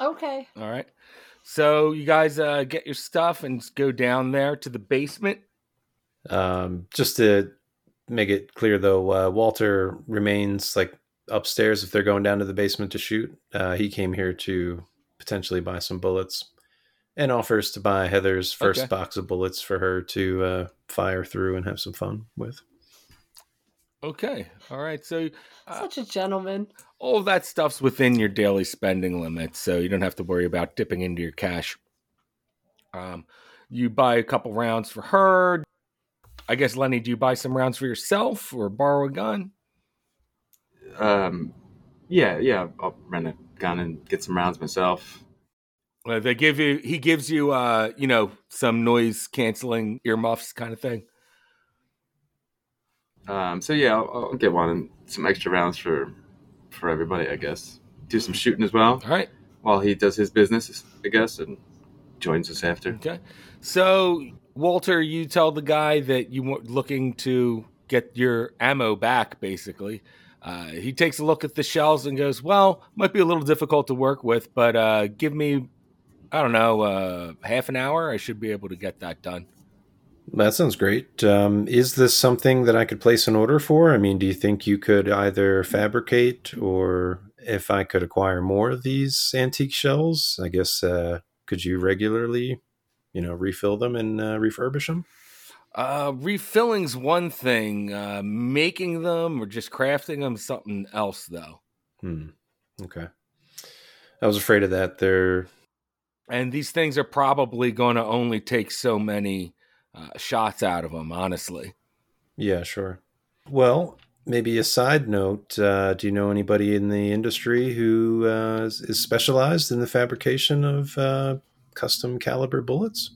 [SPEAKER 5] Okay.
[SPEAKER 2] All right. So you guys uh, get your stuff and go down there to the basement.
[SPEAKER 3] Um, just to make it clear, though, uh, Walter remains like upstairs if they're going down to the basement to shoot. Uh, he came here to potentially buy some bullets and offers to buy Heather's first
[SPEAKER 2] Okay.
[SPEAKER 3] box of bullets for her to uh, fire through and have some fun with.
[SPEAKER 2] Okay. All right. So Uh,
[SPEAKER 5] Such a gentleman.
[SPEAKER 2] all of that stuff's within your daily spending limit, so you don't have to worry about dipping into your cash. Um, you buy a couple rounds for her. I guess Lenny, do you buy some rounds for yourself or borrow a gun?
[SPEAKER 4] Um, yeah, yeah. I'll rent a gun and get some rounds myself.
[SPEAKER 2] Uh, they give you he gives you uh you know some noise canceling earmuffs kind of thing.
[SPEAKER 4] Um, so yeah, I'll, I'll get one and some extra rounds for for everybody. I guess do some shooting as well
[SPEAKER 2] All right.
[SPEAKER 4] while he does his business. I guess and joins us after.
[SPEAKER 2] Okay. So, Walter, you tell the guy that you were looking to get your ammo back, basically. Uh, he takes a look at the shells and goes, Well, might be a little difficult to work with, but uh, give me, I don't know, uh, half an hour. I should be able to get that done.
[SPEAKER 3] That sounds great. Um, is this something that I could place an order for? I mean, do you think you could either fabricate or if I could acquire more of these antique shells, I guess, uh, could you regularly, you know, refill them and uh, refurbish them?
[SPEAKER 2] Uh, refilling's one thing, uh, making them or just crafting them something else, though.
[SPEAKER 3] Hmm. Okay. I was afraid of that. They're
[SPEAKER 2] and these things are probably going to only take so many uh, shots out of them honestly
[SPEAKER 3] Yeah, sure. Well, maybe a side note uh, do you know anybody in the industry who uh, is, is specialized in the fabrication of uh, custom caliber bullets?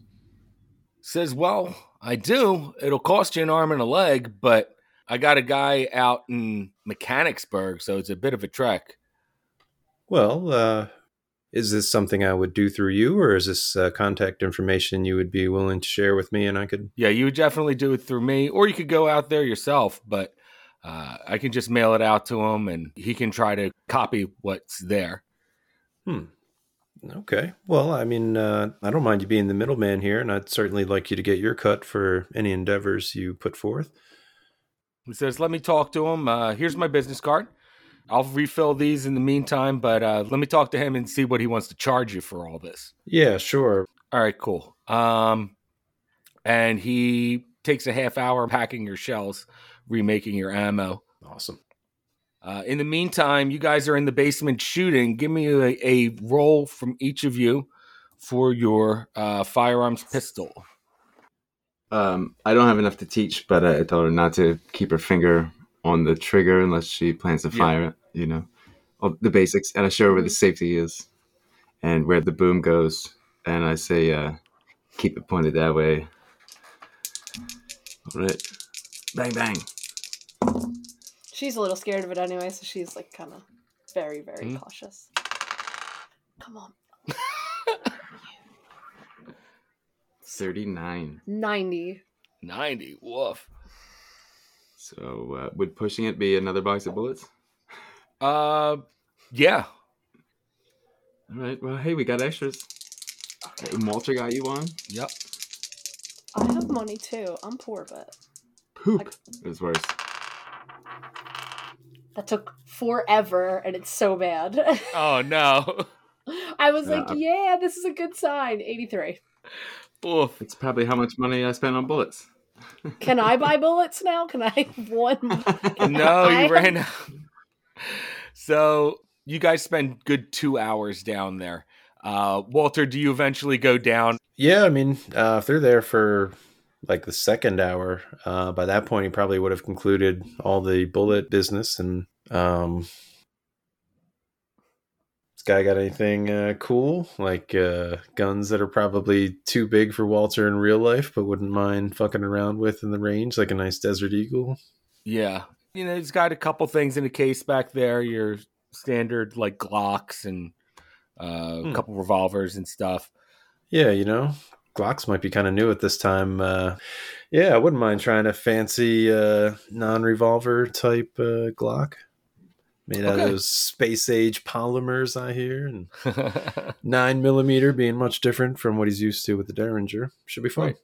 [SPEAKER 2] says well i do it'll cost you an arm and a leg but i got a guy out in mechanicsburg so it's a bit of a trek
[SPEAKER 3] Well, uh, is this something I would do through you, or is this uh, contact information you would be willing to share with me and I could?
[SPEAKER 2] yeah you would definitely do it through me or you could go out there yourself but uh, i can just mail it out to him and he can try to copy what's there
[SPEAKER 3] Okay. Well, I mean, uh, I don't mind you being the middleman here, and I'd certainly like you to get your cut for any endeavors you put forth.
[SPEAKER 2] He says, "Let me talk to him. Uh, here's my business card. I'll refill these in the meantime, but uh, let me talk to him and see what he wants to charge you for all this."
[SPEAKER 3] Yeah, sure.
[SPEAKER 2] All right, cool. Um, and he takes a half hour packing your shells, remaking your ammo.
[SPEAKER 3] Awesome.
[SPEAKER 2] Uh, in the meantime, you guys are in the basement shooting. Give me a, a roll from each of you for your uh, firearms pistol.
[SPEAKER 4] Um, I don't have enough to teach, but I told her not to keep her finger on the trigger unless she plans to
[SPEAKER 2] Yeah.
[SPEAKER 4] fire it. You know, All the basics, and I show her where the safety is and where the boom goes, and I say, uh, keep it pointed that way. All right, bang bang.
[SPEAKER 5] She's a little scared of it anyway, so she's like kind of very, very
[SPEAKER 2] Mhm.
[SPEAKER 5] cautious. Come on.
[SPEAKER 4] Thirty nine.
[SPEAKER 5] 90.
[SPEAKER 2] Ninety. Woof.
[SPEAKER 4] So uh, would pushing it be another box of bullets?
[SPEAKER 2] Uh, yeah.
[SPEAKER 4] All right. Well, hey, we got extras.
[SPEAKER 5] Okay.
[SPEAKER 4] Walter got you one.
[SPEAKER 2] Yep.
[SPEAKER 5] I have money too. I'm poor, but
[SPEAKER 4] Poop. It was worse.
[SPEAKER 5] that took forever and it's so bad. (laughs)
[SPEAKER 2] Oh no. (laughs)
[SPEAKER 5] I was
[SPEAKER 4] Yeah,
[SPEAKER 5] like,
[SPEAKER 4] I'm-
[SPEAKER 5] yeah, this is a good sign. 83.
[SPEAKER 2] Woof.
[SPEAKER 4] It's probably how much money I spent on bullets.
[SPEAKER 5] Can I buy bullets now? Can I have one?
[SPEAKER 2] no,
[SPEAKER 5] I-
[SPEAKER 2] you ran out. So you guys spend good two hours down there. Uh, Walter, do you eventually go down?
[SPEAKER 3] Yeah, I mean, uh, if they're there for like the second hour. Uh, by that point, he probably would have concluded all the bullet business. And um, this guy got anything uh, cool, like uh, guns that are probably too big for Walter in real life, but wouldn't mind fucking around with in the range, like a nice Desert Eagle.
[SPEAKER 2] Yeah. You know, he's got a couple things in a case back there, your standard like Glocks and uh,
[SPEAKER 3] Hmm.
[SPEAKER 2] a couple revolvers and stuff. (laughs)
[SPEAKER 3] Yeah, you know, Glocks might be kind of new at this time. Uh, yeah, I wouldn't mind trying a fancy uh, non-revolver type uh, Glock made out of
[SPEAKER 2] Okay.
[SPEAKER 3] those space age polymers. I hear and nine millimeter being much different from what he's used to with the Derringer should be fun.
[SPEAKER 2] Right.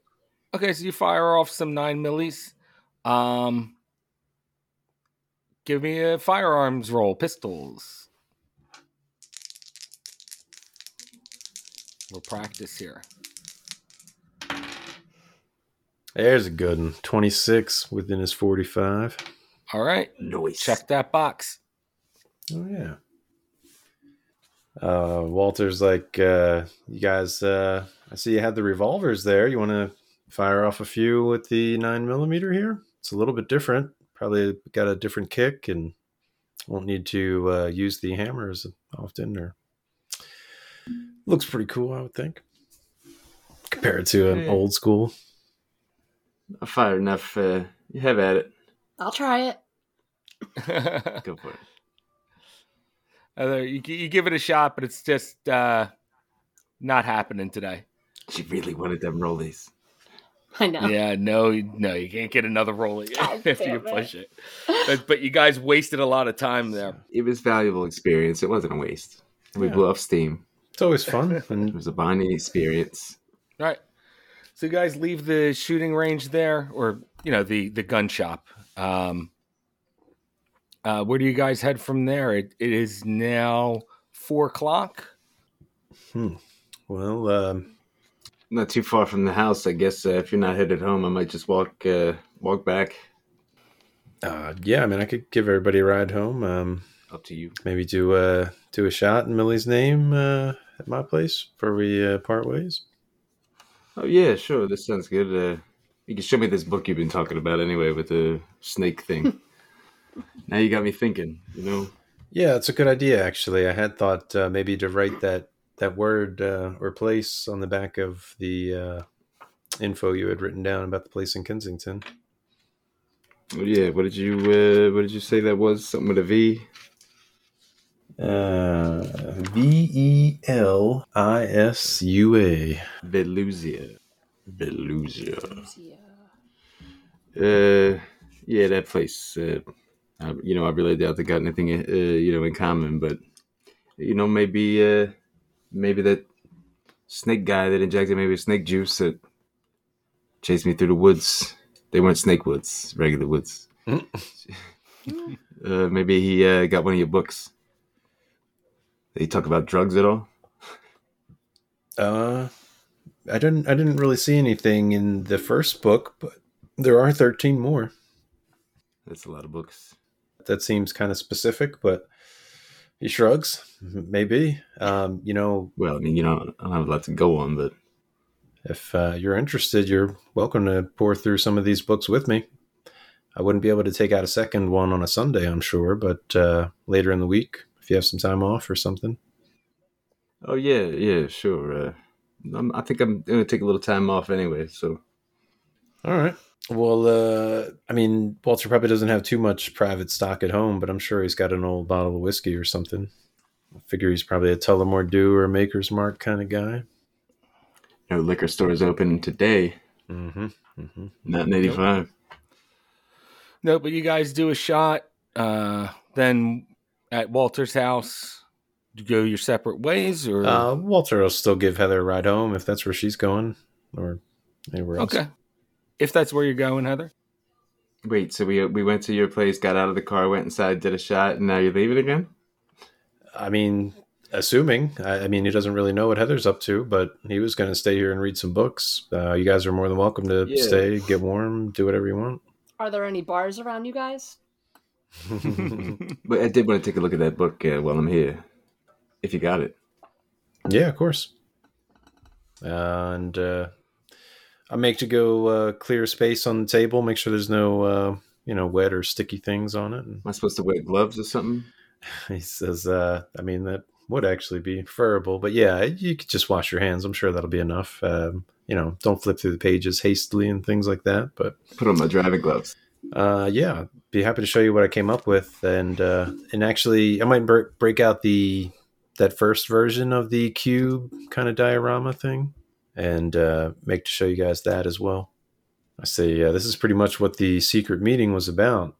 [SPEAKER 2] Okay, so you fire off some nine millis. Um, give me a firearms roll, pistols. We'll practice here.
[SPEAKER 3] There's a good one. Twenty six within his forty five.
[SPEAKER 2] All right,
[SPEAKER 4] Noise.
[SPEAKER 2] check that box. (laughs)
[SPEAKER 3] Oh yeah. Uh, Walter's like, uh, you guys. Uh, I see you had the revolvers there. You want to fire off a few with the nine millimeter here? It's a little bit different. Probably got a different kick and won't need to uh, use the hammers often. Or looks pretty cool, I would think, compared to an
[SPEAKER 4] Yeah.
[SPEAKER 3] old school.
[SPEAKER 4] I fired enough. Uh, you have at it.
[SPEAKER 5] I'll try it.
[SPEAKER 4] Go for it.
[SPEAKER 2] Although Uh, you, gi- you give it a shot, but it's just uh, not happening today.
[SPEAKER 4] She really wanted them rollies.
[SPEAKER 5] I know.
[SPEAKER 2] Yeah, no, no, you can't get another roll (laughs)
[SPEAKER 5] God
[SPEAKER 2] if you
[SPEAKER 5] damn it.
[SPEAKER 2] push it. But, but you guys wasted a lot of time there.
[SPEAKER 4] It was valuable experience. It wasn't a waste. We
[SPEAKER 3] Yeah.
[SPEAKER 4] blew off steam.
[SPEAKER 3] It's always fun.
[SPEAKER 4] It
[SPEAKER 3] And
[SPEAKER 4] was a bonding experience.
[SPEAKER 2] All right. So you guys leave the shooting range there, or you know the the gun shop. Um, uh, where do you guys head from there? It, it is now four o'clock.
[SPEAKER 3] well, um,
[SPEAKER 4] Not too far from the house, I guess. Uh, if you're not headed home, I might just walk uh, walk back.
[SPEAKER 3] uh, yeah, I mean, I could give everybody a ride home. Um,
[SPEAKER 4] Up to you.
[SPEAKER 3] maybe do uh do a shot in Millie's name uh, at my place before we uh, part ways.
[SPEAKER 4] Oh yeah, sure. This sounds good. Uh, you can show me this book you've been talking about anyway with the snake (laughs) thing. now you got me thinking. You know,
[SPEAKER 3] Yeah, it's a good idea actually. I had thought uh, maybe to write that that word uh, or place on the back of the uh, info you had written down about the place in Kensington.
[SPEAKER 4] Oh, yeah. What did you uh, What did you say that was? Something with a V.
[SPEAKER 3] Uh, v E L I S U A.
[SPEAKER 4] Velusia. Velusia.
[SPEAKER 5] Yeah.
[SPEAKER 4] Uh, yeah, that place. Uh, I, you know, I really doubt they got anything, uh, you know, in common. But you know, maybe, uh, maybe that snake guy that injected maybe snake juice that chased me through the woods. They weren't snake woods, regular woods. uh, maybe he uh, got one of your books. They talk about drugs at all?
[SPEAKER 3] Uh, I didn't. I didn't really see anything in the first book, but there are thirteen more.
[SPEAKER 4] That's a lot of books.
[SPEAKER 3] that seems kind of specific, but he shrugs. Maybe, um, you know,
[SPEAKER 4] Well, I mean, you know, I don't have a lot to go on, but
[SPEAKER 3] if uh, you're interested, you're welcome to pour through some of these books with me. I wouldn't be able to take out a second one on a Sunday, I'm sure, but uh, later in the week, if you have some time off or something.
[SPEAKER 4] Oh yeah, yeah, sure. Uh, I'm, I think I'm gonna take a little time off anyway. So
[SPEAKER 3] All right. Well, uh, I mean, Walter probably doesn't have too much private stock at home, but I'm sure he's got an old bottle of whiskey or something. I figure he's probably a Tullamore Dew or a Maker's Mark kind of guy.
[SPEAKER 4] no liquor stores open today.
[SPEAKER 3] Mm-hmm. Mm-hmm.
[SPEAKER 4] Not in '85.
[SPEAKER 2] No, but you guys do a shot. Uh, then at Walter's house, you go your separate ways, or
[SPEAKER 3] Uh, Walter will still give Heather a ride home if that's where she's going or anywhere else.
[SPEAKER 2] okay, if that's where you're going, Heather. (laughs)
[SPEAKER 4] Wait, so we we went to your place, got out of the car, went inside, did a shot, and now you're leaving again?
[SPEAKER 3] I mean, assuming, I, I mean, he doesn't really know what Heather's up to, but he was going to stay here and read some books. Uh, you guys are more than welcome to
[SPEAKER 4] Yeah.
[SPEAKER 3] stay, get warm, do whatever you want.
[SPEAKER 5] Are there any bars around you guys?
[SPEAKER 4] But I did want to take a look at that book uh, while I'm here, if you got it.
[SPEAKER 3] yeah, of course. and uh, I make to go uh, clear space on the table, make sure there's no uh, you know wet or sticky things on it. And
[SPEAKER 4] Am I supposed to wear gloves or something?
[SPEAKER 3] he says, uh, "I mean that would actually be preferable, but yeah, you could just wash your hands. I'm sure that'll be enough. Um, you know, don't flip through the pages hastily and things like that. But
[SPEAKER 4] Put on my driving gloves.
[SPEAKER 3] uh, yeah, be happy to show you what I came up with, and uh, and actually, I might br- break out the that first version of the cube kind of diorama thing, and uh, make to show you guys that as well. I say, yeah, this is pretty much what the secret meeting was about.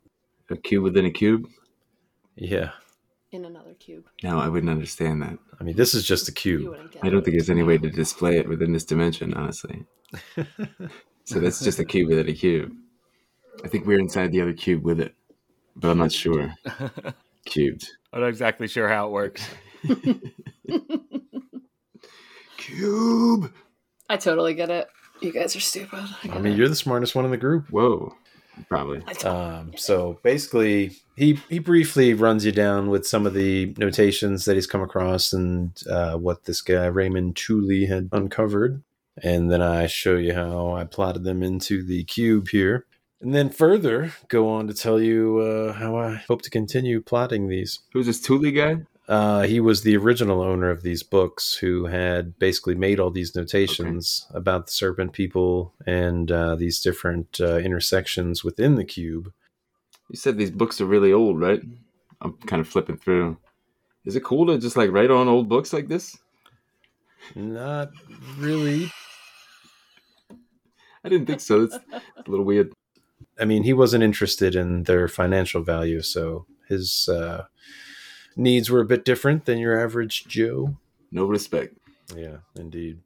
[SPEAKER 4] A cube within a cube?
[SPEAKER 3] Yeah,
[SPEAKER 5] in another cube.
[SPEAKER 4] No, I wouldn't understand that.
[SPEAKER 3] I mean, this is just a
[SPEAKER 5] You
[SPEAKER 3] cube.
[SPEAKER 5] wouldn't get
[SPEAKER 4] I
[SPEAKER 5] it.
[SPEAKER 4] don't think there's any way to display it within this dimension, honestly. So that's just a cube within a cube. I think we're inside the other cube with it, but I'm not sure. Cubed.
[SPEAKER 2] I'm not exactly sure how it
[SPEAKER 4] (laughs)
[SPEAKER 2] works.
[SPEAKER 5] (laughs)
[SPEAKER 4] Cube!
[SPEAKER 5] I totally get it. You guys are stupid. I,
[SPEAKER 3] I
[SPEAKER 5] get
[SPEAKER 3] mean,
[SPEAKER 5] it.
[SPEAKER 3] you're the smartest one in the group.
[SPEAKER 4] Whoa. Probably.
[SPEAKER 5] I totally
[SPEAKER 3] Um, so basically, he he briefly runs you down with some of the notations that he's come across and uh, what this guy Raymond Tooley had uncovered, and then I show you how I plotted them into the cube here, and then further go on to tell you uh, how I hope to continue plotting these.
[SPEAKER 4] Who's this Thule guy?
[SPEAKER 3] Uh, he was the original owner of these books who had basically made all these notations about the serpent people and uh, these different uh, intersections within the cube.
[SPEAKER 4] You said these books are really old, right? I'm kind of flipping through. Is it cool to just like write on old books like this?
[SPEAKER 3] Not really.
[SPEAKER 4] I didn't think so. That's a little weird.
[SPEAKER 3] I mean, he wasn't interested in their financial value, so his uh, needs were a bit different than your average Joe.
[SPEAKER 4] No respect.
[SPEAKER 3] Yeah, indeed.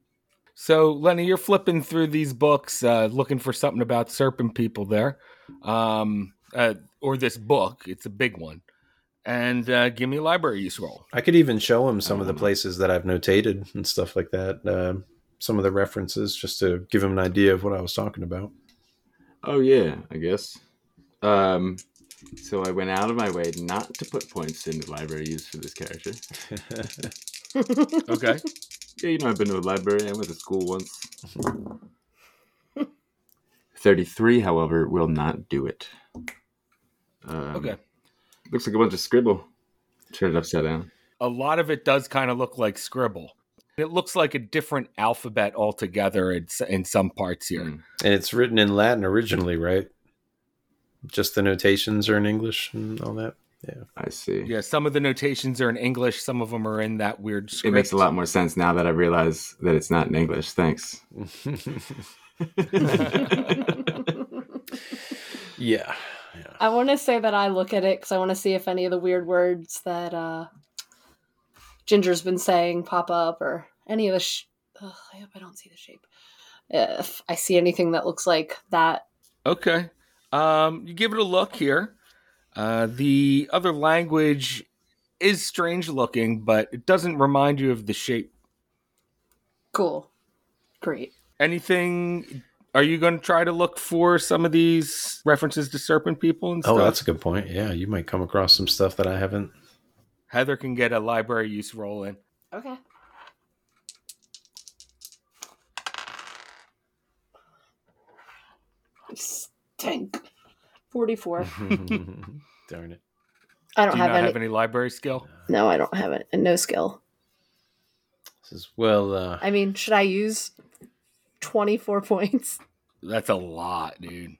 [SPEAKER 2] So, Lenny, you're flipping through these books, uh, looking for something about serpent people there, um, uh, or this book. It's a big one. And uh, give me a library use roll.
[SPEAKER 4] (laughs)
[SPEAKER 3] I could even show him some of the places that I've notated and stuff like that. Uh, some of the references, just to give him an idea of what I was talking (laughs) about.
[SPEAKER 4] Oh yeah, I guess. Um, so I went out of my way not to put points into library use for this character. (laughs)
[SPEAKER 2] Okay.
[SPEAKER 4] Yeah, you know I've been to a library. I went to school once.
[SPEAKER 2] (laughs)
[SPEAKER 4] Thirty-three, however, will not do it. Um,
[SPEAKER 2] Okay.
[SPEAKER 4] Looks like a bunch of scribble. Turn it upside down.
[SPEAKER 2] a lot of it does kind of look like scribble it looks like a different alphabet altogether in, s- in some parts here
[SPEAKER 4] Mm.
[SPEAKER 3] and it's written in Latin originally, right? Just the notations are in English and all (laughs) that.
[SPEAKER 4] I see.
[SPEAKER 2] yeah some of the notations are in english some of them are in that weird script
[SPEAKER 4] It makes a lot more sense now that I realize that it's not in
[SPEAKER 2] (laughs)
[SPEAKER 4] English. Thanks.
[SPEAKER 3] yeah. Yeah.
[SPEAKER 5] I want to say that I look at it because I want to see if any of the weird words that uh, Ginger's been saying pop up or any of the. Sh- Ugh, I hope I don't see the shape. If I see anything that looks like that,
[SPEAKER 2] okay um you give it a look here uh the other language is strange looking but it doesn't remind you of the shape
[SPEAKER 5] cool, great.
[SPEAKER 2] anything are you going to try to look for some of these references to serpent people and stuff
[SPEAKER 3] Oh, that's a good point. Yeah, you might come across some stuff that I
[SPEAKER 5] (laughs)
[SPEAKER 3] haven't.
[SPEAKER 2] heather can get a library use roll in
[SPEAKER 5] Okay. I Stink. (laughs) Forty-four.
[SPEAKER 3] (laughs) Darn it.
[SPEAKER 5] I
[SPEAKER 2] do
[SPEAKER 5] don't
[SPEAKER 2] you
[SPEAKER 5] have
[SPEAKER 2] not
[SPEAKER 5] any.
[SPEAKER 2] have any library skill
[SPEAKER 5] No, I don't have it. And no skill.
[SPEAKER 3] Says, well, uh,
[SPEAKER 5] I mean, should I use twenty-four (laughs) points?
[SPEAKER 2] That's a lot, dude.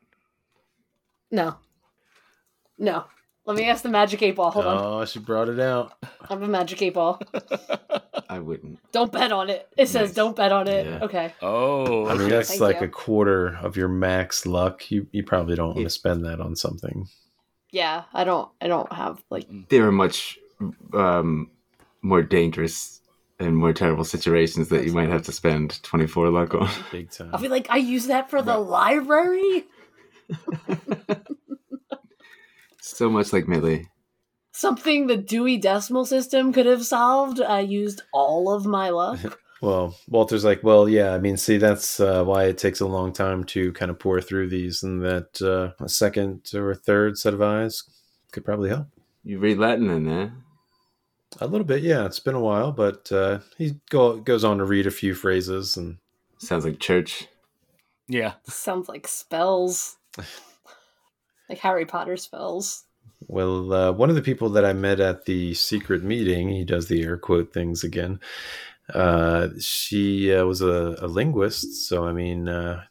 [SPEAKER 5] No. No. Let me ask the magic eight ball. Hold
[SPEAKER 2] Uh.
[SPEAKER 5] on.
[SPEAKER 3] oh, she brought it out.
[SPEAKER 5] I have a magic eight ball.
[SPEAKER 4] I wouldn't.
[SPEAKER 5] Don't bet on it. It says
[SPEAKER 4] Nice.
[SPEAKER 5] don't bet on it.
[SPEAKER 3] Yeah.
[SPEAKER 5] Okay.
[SPEAKER 2] Oh,
[SPEAKER 3] I mean,
[SPEAKER 2] okay.
[SPEAKER 3] that's
[SPEAKER 5] Thank
[SPEAKER 3] like
[SPEAKER 5] you.
[SPEAKER 3] a quarter of your max luck. You you probably don't want
[SPEAKER 4] Yeah.
[SPEAKER 3] to spend that on something.
[SPEAKER 5] Yeah, I don't I don't have like
[SPEAKER 4] There are much um, more dangerous and more terrible situations that you might have to spend 24 luck on. (laughs)
[SPEAKER 3] Big time.
[SPEAKER 5] I'll be like, I use that for the library?
[SPEAKER 4] so much like Millie.
[SPEAKER 5] Something the Dewey Decimal System could have solved. I used all of my luck.
[SPEAKER 3] (laughs) Well, Walter's like, well, yeah, I mean, see, that's uh, why it takes a long time to kind of pour through these, and that uh, a second or third set of eyes could probably help.
[SPEAKER 4] You read Latin in there.
[SPEAKER 3] A little bit, yeah. It's been a while, but uh, he go, goes on to read a few phrases, and
[SPEAKER 4] Sounds like church.
[SPEAKER 2] Yeah.
[SPEAKER 5] Sounds
[SPEAKER 3] (laughs)
[SPEAKER 5] like spells. like Harry Potter spells.
[SPEAKER 3] Well, uh, one of the people that I met at the secret meeting, he does the air quote things again. Uh, she uh, was a, a linguist, so I mean, uh,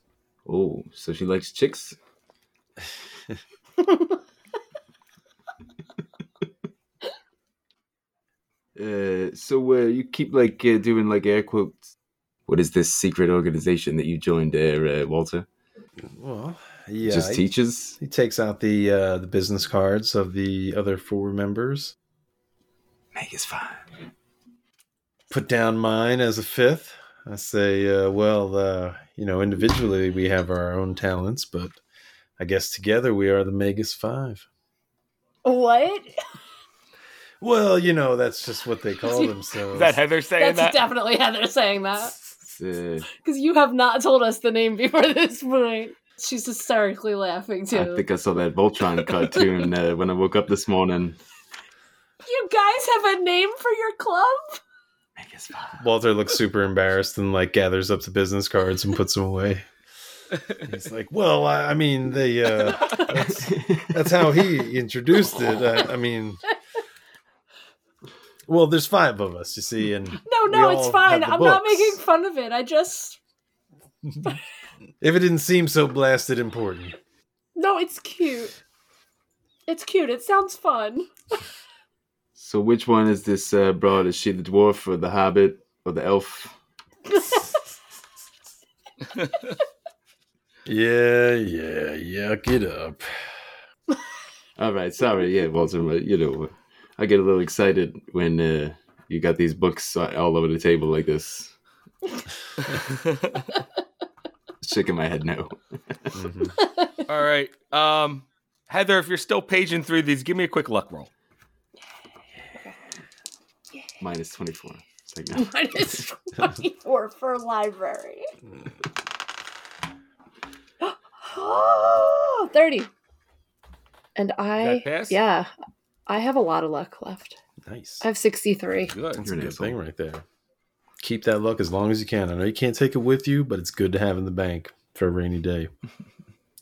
[SPEAKER 4] Oh, so she likes chicks? (laughs) Uh, so uh, you keep like uh, doing like air quotes. What is this secret organization that you joined there, uh, Walter?
[SPEAKER 3] well, yeah,
[SPEAKER 4] Just
[SPEAKER 3] he-
[SPEAKER 4] teachers?
[SPEAKER 3] He takes out the uh, the business cards of the other four members.
[SPEAKER 4] Meg is fine.
[SPEAKER 3] Put down mine as a fifth. I say, uh, well, uh, you know, individually we have our own talents, but I guess together we are the Megas Five.
[SPEAKER 5] What?
[SPEAKER 3] Well, you know, that's just what they call themselves.
[SPEAKER 2] Is that Heather saying that?
[SPEAKER 5] That's definitely Heather saying that.
[SPEAKER 4] It's, uh,
[SPEAKER 5] Because you have not told us the name before (laughs) this point. She's hysterically laughing too.
[SPEAKER 4] I think I saw that Voltron cartoon uh, when I woke up this morning.
[SPEAKER 5] You guys have a name for your club?
[SPEAKER 4] Meg is fine.
[SPEAKER 3] Walter looks super embarrassed and like gathers up the business cards and puts them away. He's like, well, I, I mean, they. Uh, that's, that's how he introduced it. I, I mean, well, there's five of us, you see, and
[SPEAKER 5] No,
[SPEAKER 3] We
[SPEAKER 5] no, it's
[SPEAKER 3] all
[SPEAKER 5] fine.
[SPEAKER 3] have the
[SPEAKER 5] I'm not
[SPEAKER 3] books.
[SPEAKER 5] making fun of it. I just
[SPEAKER 3] if it didn't seem so blasted important,
[SPEAKER 5] No, it's cute. It's cute. It sounds fun.
[SPEAKER 4] (laughs) So which one is this uh, broad? Is she the dwarf or the hobbit or the elf?
[SPEAKER 3] yeah, yeah, yuck it up.
[SPEAKER 4] All right, sorry, yeah, Walter, but you know, I get a little excited when uh, you got these books all over the table like this. Shaking my head no.
[SPEAKER 3] Mm-hmm.
[SPEAKER 2] All right. Um, Heather, if you're still paging through these, give me a quick luck roll.
[SPEAKER 4] Minus twenty four. Like, no.
[SPEAKER 5] Minus twenty four for library. (gasps) Thirty. And I
[SPEAKER 2] That pass?
[SPEAKER 5] Yeah. I have a lot of luck left.
[SPEAKER 3] Nice.
[SPEAKER 5] I have sixty three.
[SPEAKER 3] That's a
[SPEAKER 4] You're an
[SPEAKER 3] good
[SPEAKER 4] asshole.
[SPEAKER 3] thing right there. Keep that luck as long as you can. I know you can't take it with you, but it's good to have in the bank for a rainy day.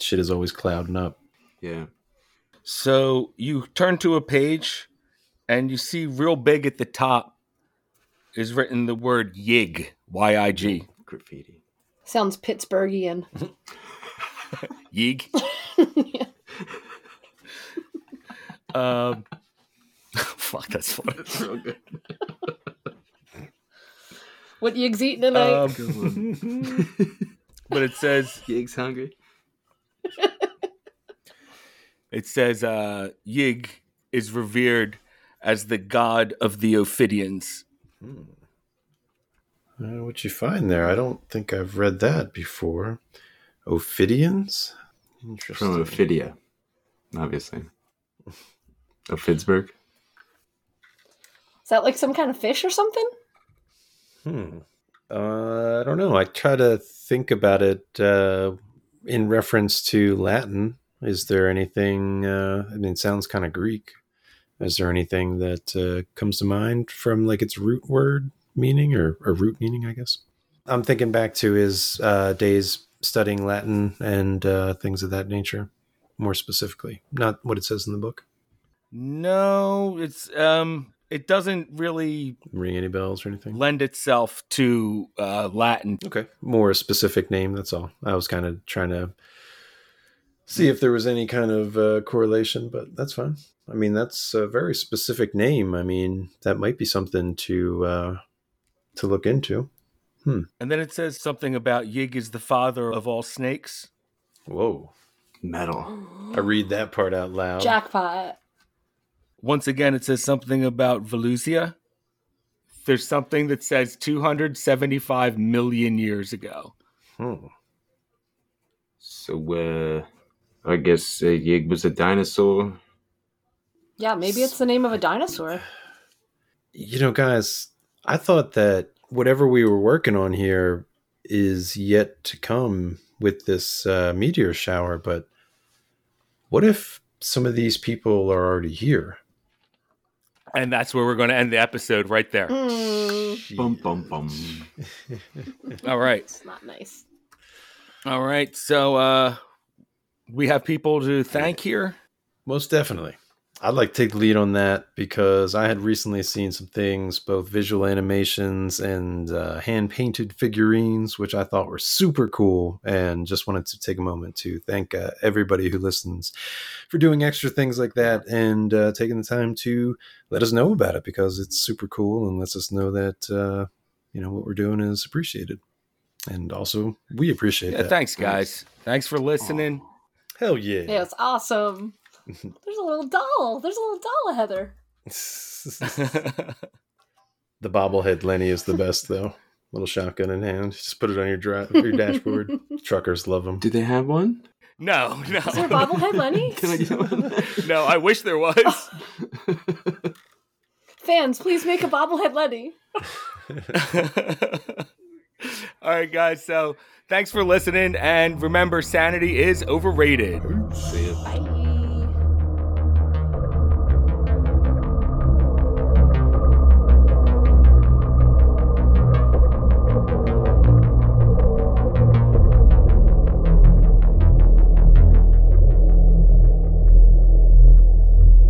[SPEAKER 3] Shit is always clouding up.
[SPEAKER 4] Yeah.
[SPEAKER 2] So you turn to a page and you see real big at the top is written the word YIG, Y I G.
[SPEAKER 3] (laughs)
[SPEAKER 4] Graffiti.
[SPEAKER 5] Sounds Pittsburghian.
[SPEAKER 2] Yig. um, (laughs) fuck, that's funny.
[SPEAKER 5] What you eating tonight?
[SPEAKER 2] Um, but it says
[SPEAKER 4] Gigs hungry.
[SPEAKER 2] it says uh, Yig is revered as the god of the Ophidians.
[SPEAKER 3] Hmm. Uh, what you find there? I don't think I've read that before. Ophidians? Interesting.
[SPEAKER 4] From Ophidia, obviously. Of Pittsburgh.
[SPEAKER 5] Is that like some kind of fish or something?
[SPEAKER 3] Hmm. Uh, I don't know. I try to think about it uh, in reference to Latin. Is there anything? Uh, I mean, it sounds kind of Greek. Is there anything that uh, comes to mind from like its root word meaning or, or root meaning? I guess I'm thinking back to his uh, days studying Latin and uh, things of that nature, more specifically, not what it says in the book.
[SPEAKER 2] No, it's um, it doesn't really
[SPEAKER 3] Ring any bells or anything?
[SPEAKER 2] lend itself to uh, Latin.
[SPEAKER 3] Okay. More specific name, that's all. I was kind of trying to see if there was any kind of uh, correlation, but that's fine. I mean, that's a very specific name. I mean, that might be something to uh, to look into.
[SPEAKER 2] And then it says something about Yig is the father of all snakes.
[SPEAKER 3] Whoa.
[SPEAKER 4] Metal.
[SPEAKER 3] I read that part out loud.
[SPEAKER 5] Jackpot.
[SPEAKER 2] Once again, it says something about Velusia. There's something that says 275 million years ago.
[SPEAKER 3] Hmm.
[SPEAKER 4] So, uh, I guess uh, Yig was a dinosaur.
[SPEAKER 5] Yeah, maybe it's the name of a dinosaur.
[SPEAKER 3] You know, guys, I thought that whatever we were working on here is yet to come with this uh, meteor shower, but what if some of these people are already here?
[SPEAKER 2] And that's where we're going to end the episode right there.
[SPEAKER 5] Mm,
[SPEAKER 4] Bum, bum, bum.
[SPEAKER 2] All right.
[SPEAKER 5] it's not nice.
[SPEAKER 2] All right. So uh we have people to thank here.
[SPEAKER 3] Most definitely. I'd like to take the lead on that because I had recently seen some things, both visual animations and uh, hand painted figurines, which I thought were super cool. And just wanted to take a moment to thank uh, everybody who listens for doing extra things like that and uh, taking the time to let us know about it because it's super cool and lets us know that, uh, you know, what we're doing is appreciated. And also, we appreciate
[SPEAKER 2] Yeah,
[SPEAKER 3] that.
[SPEAKER 2] thanks, guys. Thanks for listening.
[SPEAKER 3] Hell yeah.
[SPEAKER 5] Yeah, it's awesome. There's a little doll. There's a little doll of Heather.
[SPEAKER 3] (laughs) The bobblehead Lenny is the best though. Little shotgun in hand, just put it on your dri your dashboard. Truckers love them.
[SPEAKER 4] Do they have one?
[SPEAKER 2] no,
[SPEAKER 5] (laughs) Is there a
[SPEAKER 2] no,
[SPEAKER 5] bobblehead
[SPEAKER 4] (laughs)
[SPEAKER 5] Lenny?
[SPEAKER 4] Can I get one?
[SPEAKER 2] (laughs)
[SPEAKER 4] (laughs)
[SPEAKER 2] no. I wish there was.
[SPEAKER 5] Fans, please make a bobblehead Lenny.
[SPEAKER 2] (laughs) All right, guys. So thanks for listening, and remember, sanity is overrated.
[SPEAKER 5] Bye.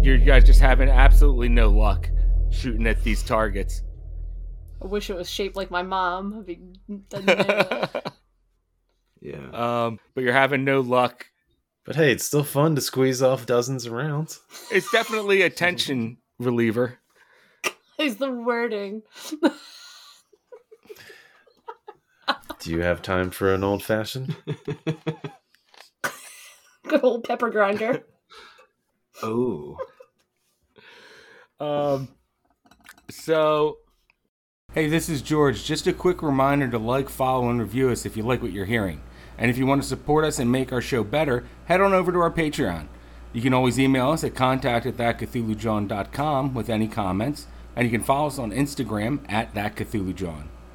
[SPEAKER 2] You guys just having absolutely no luck shooting at these targets.
[SPEAKER 5] I wish it was shaped like my mom. I'd be dead
[SPEAKER 2] (laughs)
[SPEAKER 5] now.
[SPEAKER 4] yeah.
[SPEAKER 2] um, but you're having no luck.
[SPEAKER 3] But hey, it's still fun to squeeze off dozens of rounds.
[SPEAKER 2] It's definitely a tension reliever.
[SPEAKER 5] Is the wording.
[SPEAKER 3] Do you have time for an old fashioned?
[SPEAKER 5] Good old pepper grinder.
[SPEAKER 4] Oh.
[SPEAKER 2] Um, so, hey, this is George. Just a quick reminder to like, follow, and review us if you like what you're hearing. And if you want to support us and make our show better, head on over to our Patreon. You can always email us at contact at thatcthulhujohn.com with any comments, and you can follow us on Instagram at thatcthulhujohn.